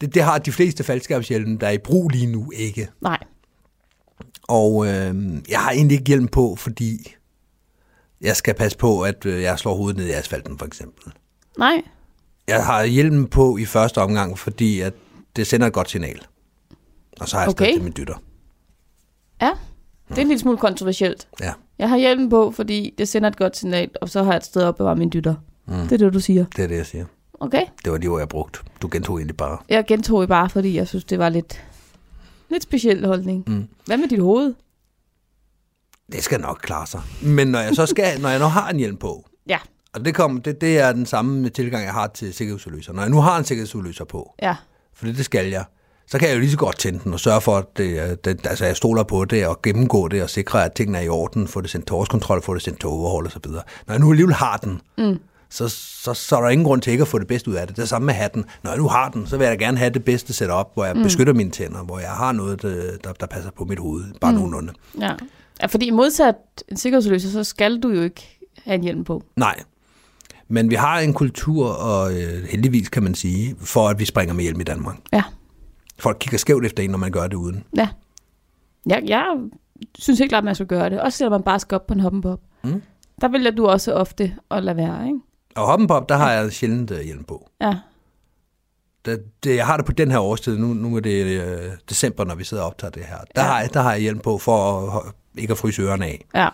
D: det, det har de fleste faldskærmshjelme, der er i brug lige nu, ikke.
C: Nej.
D: Og øh, jeg har egentlig ikke hjelm på, fordi jeg skal passe på, at øh, jeg slår hovedet ned i asfalten, for eksempel.
C: Nej.
D: Jeg har hjelmen på i første omgang, fordi at det sender et godt signal. Og så har jeg okay.
C: Okay.
D: stadig til min dytter.
C: Ja. Det er en lille smule kontroversielt.
D: Ja,
C: Jeg har hjelmen på, fordi det sender et godt signal, og så har jeg et sted at opbevare min dytter. Mm. Det er det, du siger.
D: det er det, jeg siger.
C: Okay.
D: Det var de ord, jeg brugte. Du gentog egentlig bare.
C: Jeg gentog I bare, fordi jeg synes, det var lidt, lidt speciel holdning. Mm. Hvad med dit hoved?
D: Det skal nok klare sig. Men når jeg så skal, når jeg nu har en hjelm på,
C: Ja,
D: og det, kom, det, det er den samme tilgang, jeg har til sikkerhedsudløser. Når jeg nu har en sikkerhedsudløser på,
C: ja.
D: for det, det skal jeg, så kan jeg jo lige så godt tænde den og sørge for, at det, er- det, altså jeg stoler på det og gennemgå det og sikre, at tingene er i orden, få det sendt til årskontrol, få det sendt til overhold og så videre. Når jeg nu alligevel har den, mm. så, så, så er der ingen grund til ikke at få det bedste ud af det. Det er samme med hatten. Når jeg nu har den, så vil jeg da gerne have det bedste setup, hvor jeg mm. beskytter mine tænder, hvor jeg har noget, der, der, der passer på mit hoved, bare mm. nogenlunde.
C: Ja. ja fordi modsat en sikkerhedsløser, så skal du jo ikke have en hjelm på.
D: Nej. Men vi har en kultur, og øh, heldigvis kan man sige, for at vi springer med hjelm i Danmark.
C: Ja,
D: Folk kigger skævt efter en, når man gør det uden.
C: ja. Jeg, jeg synes ikke klart, man skal gøre det. Også selvom man bare skal op på en hoppenbop.
D: Mm.
C: Der vælger du også ofte at lade være, ikke?
D: Og hoppenpop, der har jeg sjældent øh, hjelm på.
C: Ja,
D: Det, det, jeg har det på den her årstid, nu, nu er det øh, december, når vi sidder og optager det her. Der,
C: Ja.
D: ja. har, jeg- der har jeg hjelm på for at, ho- ikke at fryse ørerne af.
C: ja.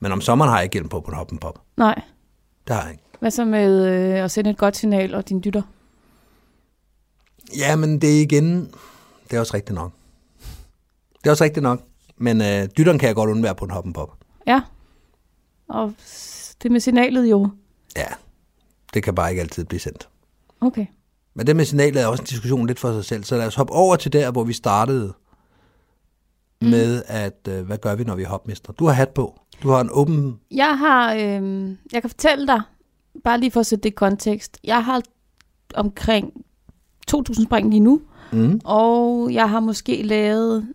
D: Men om sommeren har jeg ikke hjelm på på en hoppenpop.
C: Nej.
D: Det har jeg ikke.
C: Hvad så med øh, at sende et godt signal og din dytter?
D: Ja, men det er igen, det er også rigtigt nok. Det er også rigtigt nok. Men øh, dytteren kan jeg godt undvære på en hoppenpop.
C: Ja. Og s- det med signalet jo.
D: Ja, det kan bare ikke altid blive sendt.
C: Okay.
D: Men det med signalet er også en diskussion lidt for sig selv, så lad os hoppe over til der, hvor vi startede med, at øh, hvad gør vi, når vi er hopmester? Du har hat på. Du har en åben...
C: Jeg har, øh, jeg kan fortælle dig, bare lige for at sætte det i kontekst, jeg har omkring 2.000 spring lige nu,
D: Mm.
C: og jeg har måske lavet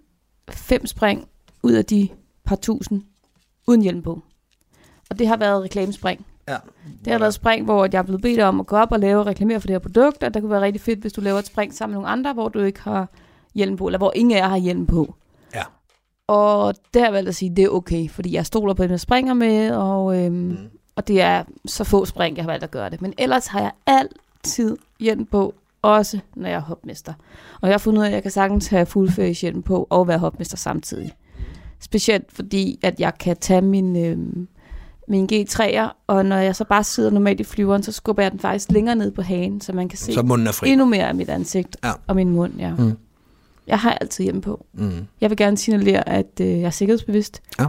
C: fem spring ud af de par tusind uden hjelm på. Og det har været reklamespring.
D: Ja.
C: Det har været spring, hvor at jeg er blevet bedt om at gå op og lave og reklamere for det her produkt, og det kunne være rigtig fedt, hvis du laver et spring sammen med nogle andre, hvor du ikke har hjelm på, eller hvor ingen af jer har hjelm på.
D: Ja.
C: Og der har jeg valgt at sige, det er okay, fordi jeg stoler på dem, jeg springer med, og, øhm, mm. og det er så få spring, jeg har valgt at gøre det. Men ellers har jeg altid hjelm på, også når jeg er hopmester. Og jeg har fundet ud af, at jeg kan sagtens have full face hjelm på og være hopmester samtidig. Specielt fordi, at jeg kan tage min, øhm, min G3'er, og når jeg så bare sidder normalt i flyveren, så skubber jeg den faktisk længere ned på hagen, så man kan se
D: Så munden er fri.
C: endnu mere af mit ansigt
D: Ja.
C: og min mund. Ja.
D: Mm.
C: Jeg har altid hjelm på.
D: Mm.
C: Jeg vil gerne signalere, at øh, jeg er sikkerhedsbevidst.
D: Ja.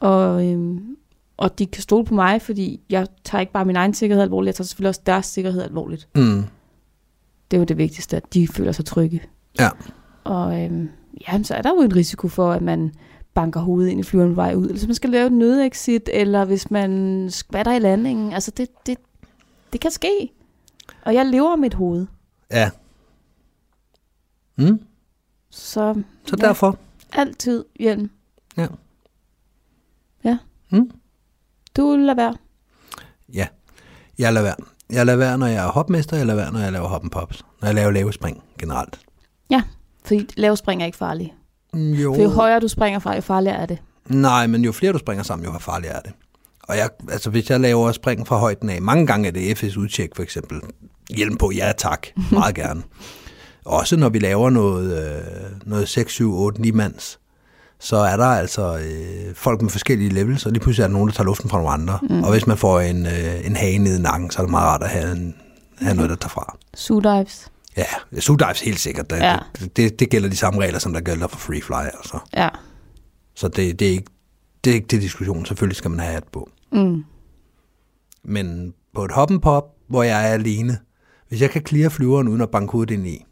C: Og, øhm, og de kan stole på mig, fordi jeg tager ikke bare min egen sikkerhed alvorligt, jeg tager selvfølgelig også deres sikkerhed alvorligt.
D: Mm.
C: Det er jo det vigtigste, at de føler sig trygge.
D: Ja.
C: Og øhm, ja, så er der jo en risiko for, at man banker hovedet ind i flyveren på vej ud, eller hvis man skal lave et nødexit, eller hvis man skvatter i landingen. Altså, det, det, det kan ske. Og jeg lever af mit hoved.
D: Ja. Mm.
C: Så
D: Så
C: Ja.
D: derfor.
C: altid hjelm.
D: Ja.
C: Ja.
D: Mm.
C: Du lader være.
D: Ja. Jeg lader være. Jeg lader være, når jeg er hopmester. Jeg lader være, når jeg laver hoppenpops. Når jeg laver lave spring generelt.
C: Ja, fordi lave spring er ikke farlige.
D: Mm, Jo.
C: For jo højere du springer fra, jo farligere er det.
D: Nej, men jo flere du springer sammen, jo farligere er det. Og jeg, altså, hvis jeg laver spring fra højden af, mange gange er det FS udtjek for eksempel. Hjelm på, ja tak, meget gerne. Også når vi laver noget, øh, noget 6, 7, 8, 9 mands, så er der altså øh, folk med forskellige levels, og lige pludselig er der nogen, der tager luften fra nogle andre. Mm. Og hvis man får en, øh, en hage ned i nakken, så er det meget rart at have, en, have noget, der tager fra.
C: Sudives.
D: Ja, sugedives helt sikkert. Det,
C: Ja.
D: ja. det, det, det gælder de samme regler, som der gælder for free fly. Altså.
C: Ja.
D: Så det, det, er ikke, det er ikke til diskussion. Selvfølgelig skal man have hat på.
C: Mm.
D: Men på et hoppenpop, hvor jeg er alene, hvis jeg kan clear flyveren uden at banke hovedet ind i,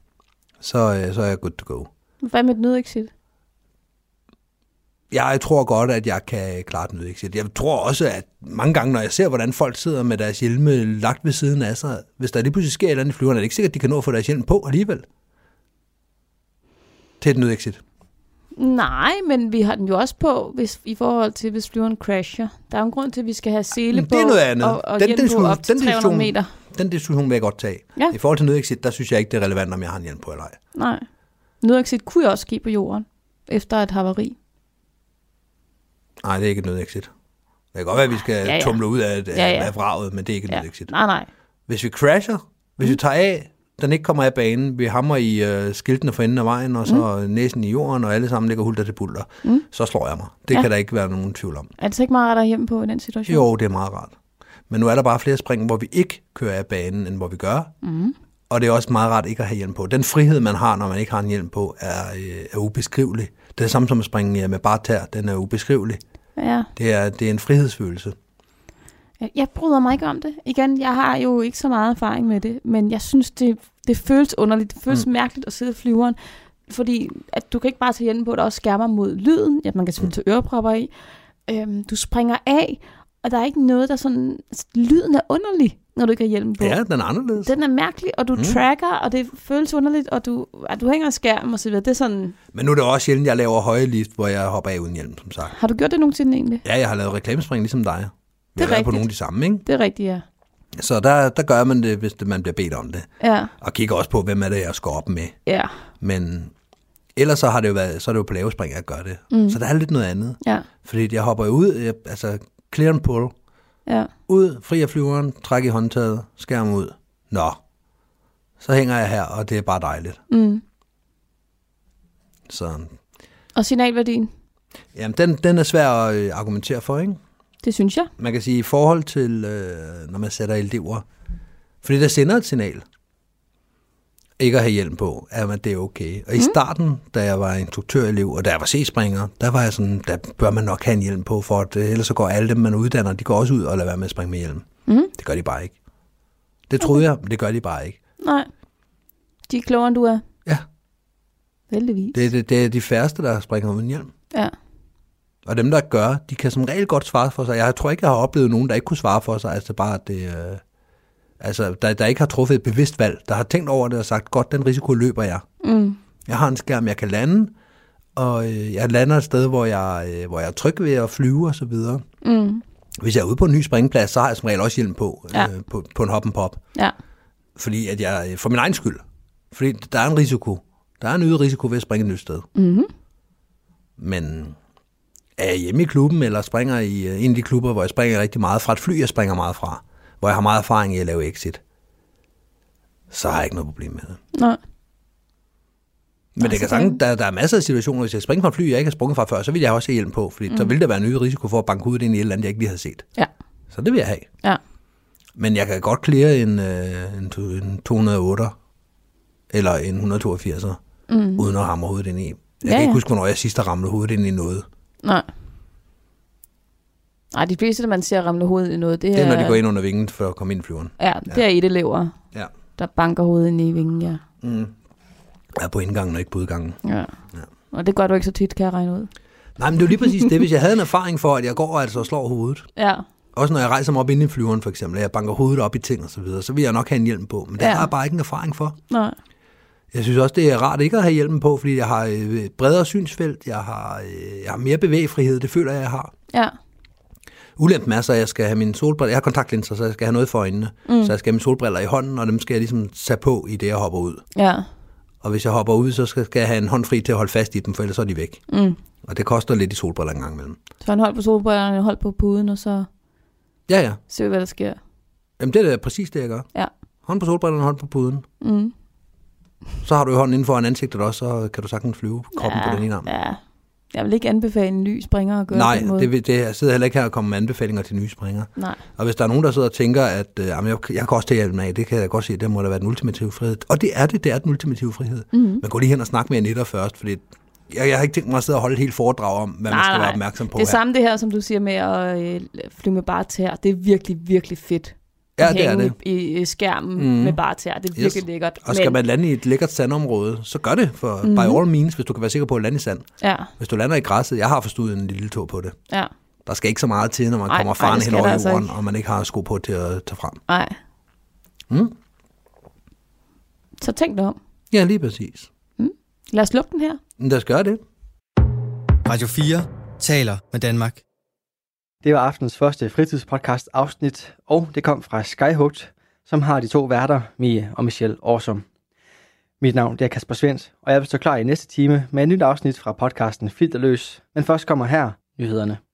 D: så, øh, så er jeg good to go.
C: Hvad med et nødexit?
D: jeg tror godt, at jeg kan klare den nødexit. Jeg tror også, at mange gange, når jeg ser, hvordan folk sidder med deres hjelme lagt ved siden af sig, hvis der lige pludselig sker et eller andet i flyveren, er det ikke sikkert, at de kan nå at få deres hjelm på alligevel. Til et nødexit.
C: Nej, men vi har den jo også på, hvis, i forhold til, hvis flyveren crasher. Der er jo en grund til, at vi skal have sele
D: Men
C: på
D: det er noget andet.
C: og, og
D: Den-
C: den, hjelm
D: den
C: på
D: diskussion-
C: op til
D: den
C: 300
D: diskussion-
C: meter.
D: Den diskussion vil jeg godt tage.
C: Ja.
D: I forhold til nødexit, der synes jeg ikke, det er relevant, om jeg har en hjelm på eller ej.
C: Nej. Nødexit kunne jo også ske på jorden, efter et havari.
D: Nej, det er ikke et nødexit. Det kan godt være, at vi skal ja,
C: Ja,
D: ja.
C: ja.
D: tumle ud af, af, ja,
C: Ja,
D: ja.
C: ja.
D: af vraget, men det er ikke et ja. nødexit.
C: Nej, nej.
D: Hvis vi crasher, hvis mm. vi tager af, den ikke kommer af banen, vi hammer i øh, skiltene for enden af vejen, og så mm. næsen i jorden, og alle sammen ligger hulter til bulter, mm. så slår jeg mig. Det ja. Mm.
C: Ja.
D: kan der ikke være nogen tvivl om.
C: Er det så ikke meget rart at hjemme på i den situation?
D: Jo, det er meget rart. Men nu er der bare flere spring, hvor vi ikke kører af banen, end hvor vi gør.
C: Mhm.
D: Mm. Og det er også meget rart ikke at have hjelm på. Den frihed, man har, når man ikke har en hjelm på, er, øh, er ubeskrivelig. Det er det samme som at springe øh, med bare tær. Den er ubeskrivelig.
C: Ja.
D: Det er, det er en frihedsfølelse.
C: Jeg- Jeg bryder mig ikke om det. Igen, jeg har jo ikke så meget erfaring med det, men jeg synes, det, det føles underligt. Det føles mm. mærkeligt at sidde i flyveren, fordi at du kan ikke bare tage hjelmen på, at der også skærmer mod lyden. Ja, man kan selvfølgelig tage ørepropper i. Øhm, du springer af, og der er ikke noget, der sådan... Altså, lyden er underlig, når du ikke har hjelmen på.
D: Ja, den er anderledes.
C: Den er mærkelig, og du mm. tracker, og det føles underligt, og du, at du hænger skærm og så videre. Det er sådan...
D: Men nu er det også sjældent, jeg laver høje lift, hvor jeg hopper af uden hjelm, som sagt.
C: Har du gjort det nogensinde egentlig?
D: Ja, jeg har lavet reklamespring ligesom dig. Vi
C: Det er
D: har været på
C: rigtigt.
D: nogle af de samme, ikke?
C: Det er rigtigt, ja.
D: Så der, der gør man det, hvis det, man bliver bedt om det.
C: Ja,
D: Og kigger også på, hvem er det, jeg skal op med.
C: ja,
D: Men ellers så har det jo været, så er det jo på lave spring, jeg gør det. Mm. Så der er lidt noget andet.
C: ja,
D: Fordi jeg hopper jo ud, jeg, altså clear and pull.
C: ja.
D: Ud, fri af flyveren, træk i håndtaget, skærm ud. Nå, så hænger jeg her, og det er bare dejligt.
C: Mm.
D: Så
C: Og signalværdien,
D: jamen, den, den er svær at øh, argumentere for, ikke?
C: det synes jeg.
D: man kan sige, i forhold til, øh, når man sætter elever, fordi der sender et signal, ikke at have hjelm på, at man, det er okay. Og i starten, da jeg var instruktørelev, og da jeg var C-springer, der var jeg sådan, der bør man nok have en hjelm på, for at, øh, ellers så går alle dem, man uddanner, de går også ud og lader være med at springe med hjelm.
C: Mm.
D: Det gør de bare ikke. Det troede jeg, men det gør de bare ikke.
C: Nej. De er klogere, end du er.
D: Ja,
C: Heldigvis.
D: det, det, det er de færreste, der springer uden hjelm.
C: Ja.
D: Og dem, der gør, de kan som regel godt svare for sig. Jeg tror ikke, jeg har oplevet nogen, der ikke kunne svare for sig. Altså bare, at det, øh, altså, der, der ikke har truffet et bevidst valg, der har tænkt over det og sagt, godt, den risiko løber jeg.
C: Mm.
D: Jeg har en skærm, jeg kan lande, og øh, jeg lander et sted, hvor jeg, øh, hvor jeg er tryg ved at flyve og så videre.
C: Mm.
D: Hvis jeg er ude på en ny springplads, så har jeg som regel også hjelm på,
C: Ja.
D: øh, på, på en hop and pop.
C: Ja.
D: Fordi at jeg, øh, for min egen skyld, fordi der er en risiko. Der er en øget risiko ved at springe et nyt sted.
C: Mm-hmm.
D: Men er jeg hjemme i klubben, eller springer i øh, en af de klubber, hvor jeg springer rigtig meget fra, et fly, jeg springer meget fra, hvor jeg har meget erfaring i at lave exit, så har jeg ikke noget problem med det.
C: Nej.
D: Men
C: Nå,
D: det
C: så
D: kan sagtens, der, der er masser af situationer, hvis jeg springer fra et fly, jeg ikke har sprunget fra før, så vil jeg også have hjelm på, fordi mm. så vil der være en øget risiko for at banke ud i en eller andet, jeg ikke lige havde set.
C: Ja.
D: Så det vil jeg have.
C: Ja.
D: Men jeg kan godt klare en, øh, en, to- en 208 eller en 182, mm. uden at hamre hovedet ind i. Jeg ja, kan
C: Ja,
D: ikke
C: ja.
D: huske, hvornår jeg sidst har ramlet hovedet ind i noget.
C: Nej. Nej, de fleste, der man ser ramle hovedet i noget, det,
D: Det er, når de går ind under vingen for at komme ind i flyveren.
C: Ja, det er et elever,
D: Ja.
C: der banker hovedet ind i vingen, ja.
D: Mm. Ja, på indgangen og ikke på udgangen.
C: ja. Og det gør du ikke så tit, kan jeg regne ud.
D: Nej, men det er jo lige præcis det. Hvis jeg havde en erfaring for, at jeg går altså og slår hovedet,
C: Ja.
D: også når jeg rejser mig op ind i flyveren for eksempel, og jeg banker hovedet op i ting og så videre, så vil jeg nok have en hjelm på. Men det
C: Ja.
D: har jeg bare ikke en erfaring for.
C: Nej.
D: Jeg synes også, det er rart ikke at have hjelmen på, fordi jeg har øh, et bredere synsfelt, jeg har, øh, jeg har mere bevægfrihed, det føler jeg, jeg har.
C: Ja.
D: Ulempen er så, at jeg skal have mine solbriller. Jeg har kontaktlinser, så jeg skal have noget for øjnene. Mm. Så jeg skal have mine solbriller i hånden, og dem skal jeg ligesom tage på i det, jeg hopper ud.
C: Ja.
D: Og hvis jeg hopper ud, så skal, skal jeg have en håndfri til at holde fast i dem, for ellers så er de væk.
C: Mm.
D: Og det koster lidt i solbriller en gang imellem.
C: Så han holdt på solbrillerne, holdt på puden, og så
D: Ja, ja.
C: ser vi, hvad der sker.
D: Jamen, det er da præcis det, jeg gør.
C: Ja.
D: Hånd på solbrillerne, hånd på puden.
C: Mm.
D: Så har du jo hånden inden foran ansigtet også, så kan du sagtens flyve kroppen
C: ja.
D: på den ene arm.
C: Ja. Jeg vil ikke anbefale en ny springer at gøre
D: Nej,
C: på den måde.
D: det, vil- det, jeg sidder heller ikke her og kommer med anbefalinger til nye springer.
C: Nej.
D: Og hvis der er nogen, der sidder og tænker, at øh, jamen, jeg, jeg kan også tage hjelmen af, det kan jeg godt se, det må da være den ultimative frihed. Og det er det, det er den ultimative frihed.
C: Mhm.
D: Men gå lige hen og snak med Anita først, fordi jeg, jeg har ikke tænkt mig at sidde og holde et helt foredrag om, hvad man
C: Nej,
D: skal være
C: nej.
D: opmærksom på
C: det
D: her.
C: samme det her, som du siger med at øh, flyve med bare tæer. Det er virkelig, virkelig fedt
D: Ja, det er
C: hænge
D: det.
C: I, i skærmen
D: Mhm.
C: mm. med bare tæer. Det er virkelig yes. lækkert.
D: Og skal
C: men, Mhm.
D: man lande i et lækkert sandområde, så gør det, for mm. by all means, hvis du kan være sikker på at lande i sand.
C: Ja,
D: Hvis du lander i græsset, jeg har forstået en lille tå på det.
C: ja.
D: Der skal ikke så meget til, når man
C: Ej,
D: kommer
C: ej, det
D: faren hen
C: skal
D: over
C: der altså
D: jorden,
C: ikke.
D: og man ikke har sko på til at tage frem.
C: Nej.
D: Mm.
C: Så tænk dig om.
D: Ja, lige præcis.
C: Lad os lukke den her.
D: Men lad os gøre det.
E: Radio 4 taler med Danmark.
A: Det var aftens første fritidspodcast afsnit, og det kom fra Skyhugt, som har de to værter, Mie og Michelle Awesome. Mit navn det er Kasper Svens, og jeg vil stå klar i næste time med et nyt afsnit fra podcasten Filterløs. Men først kommer her nyhederne.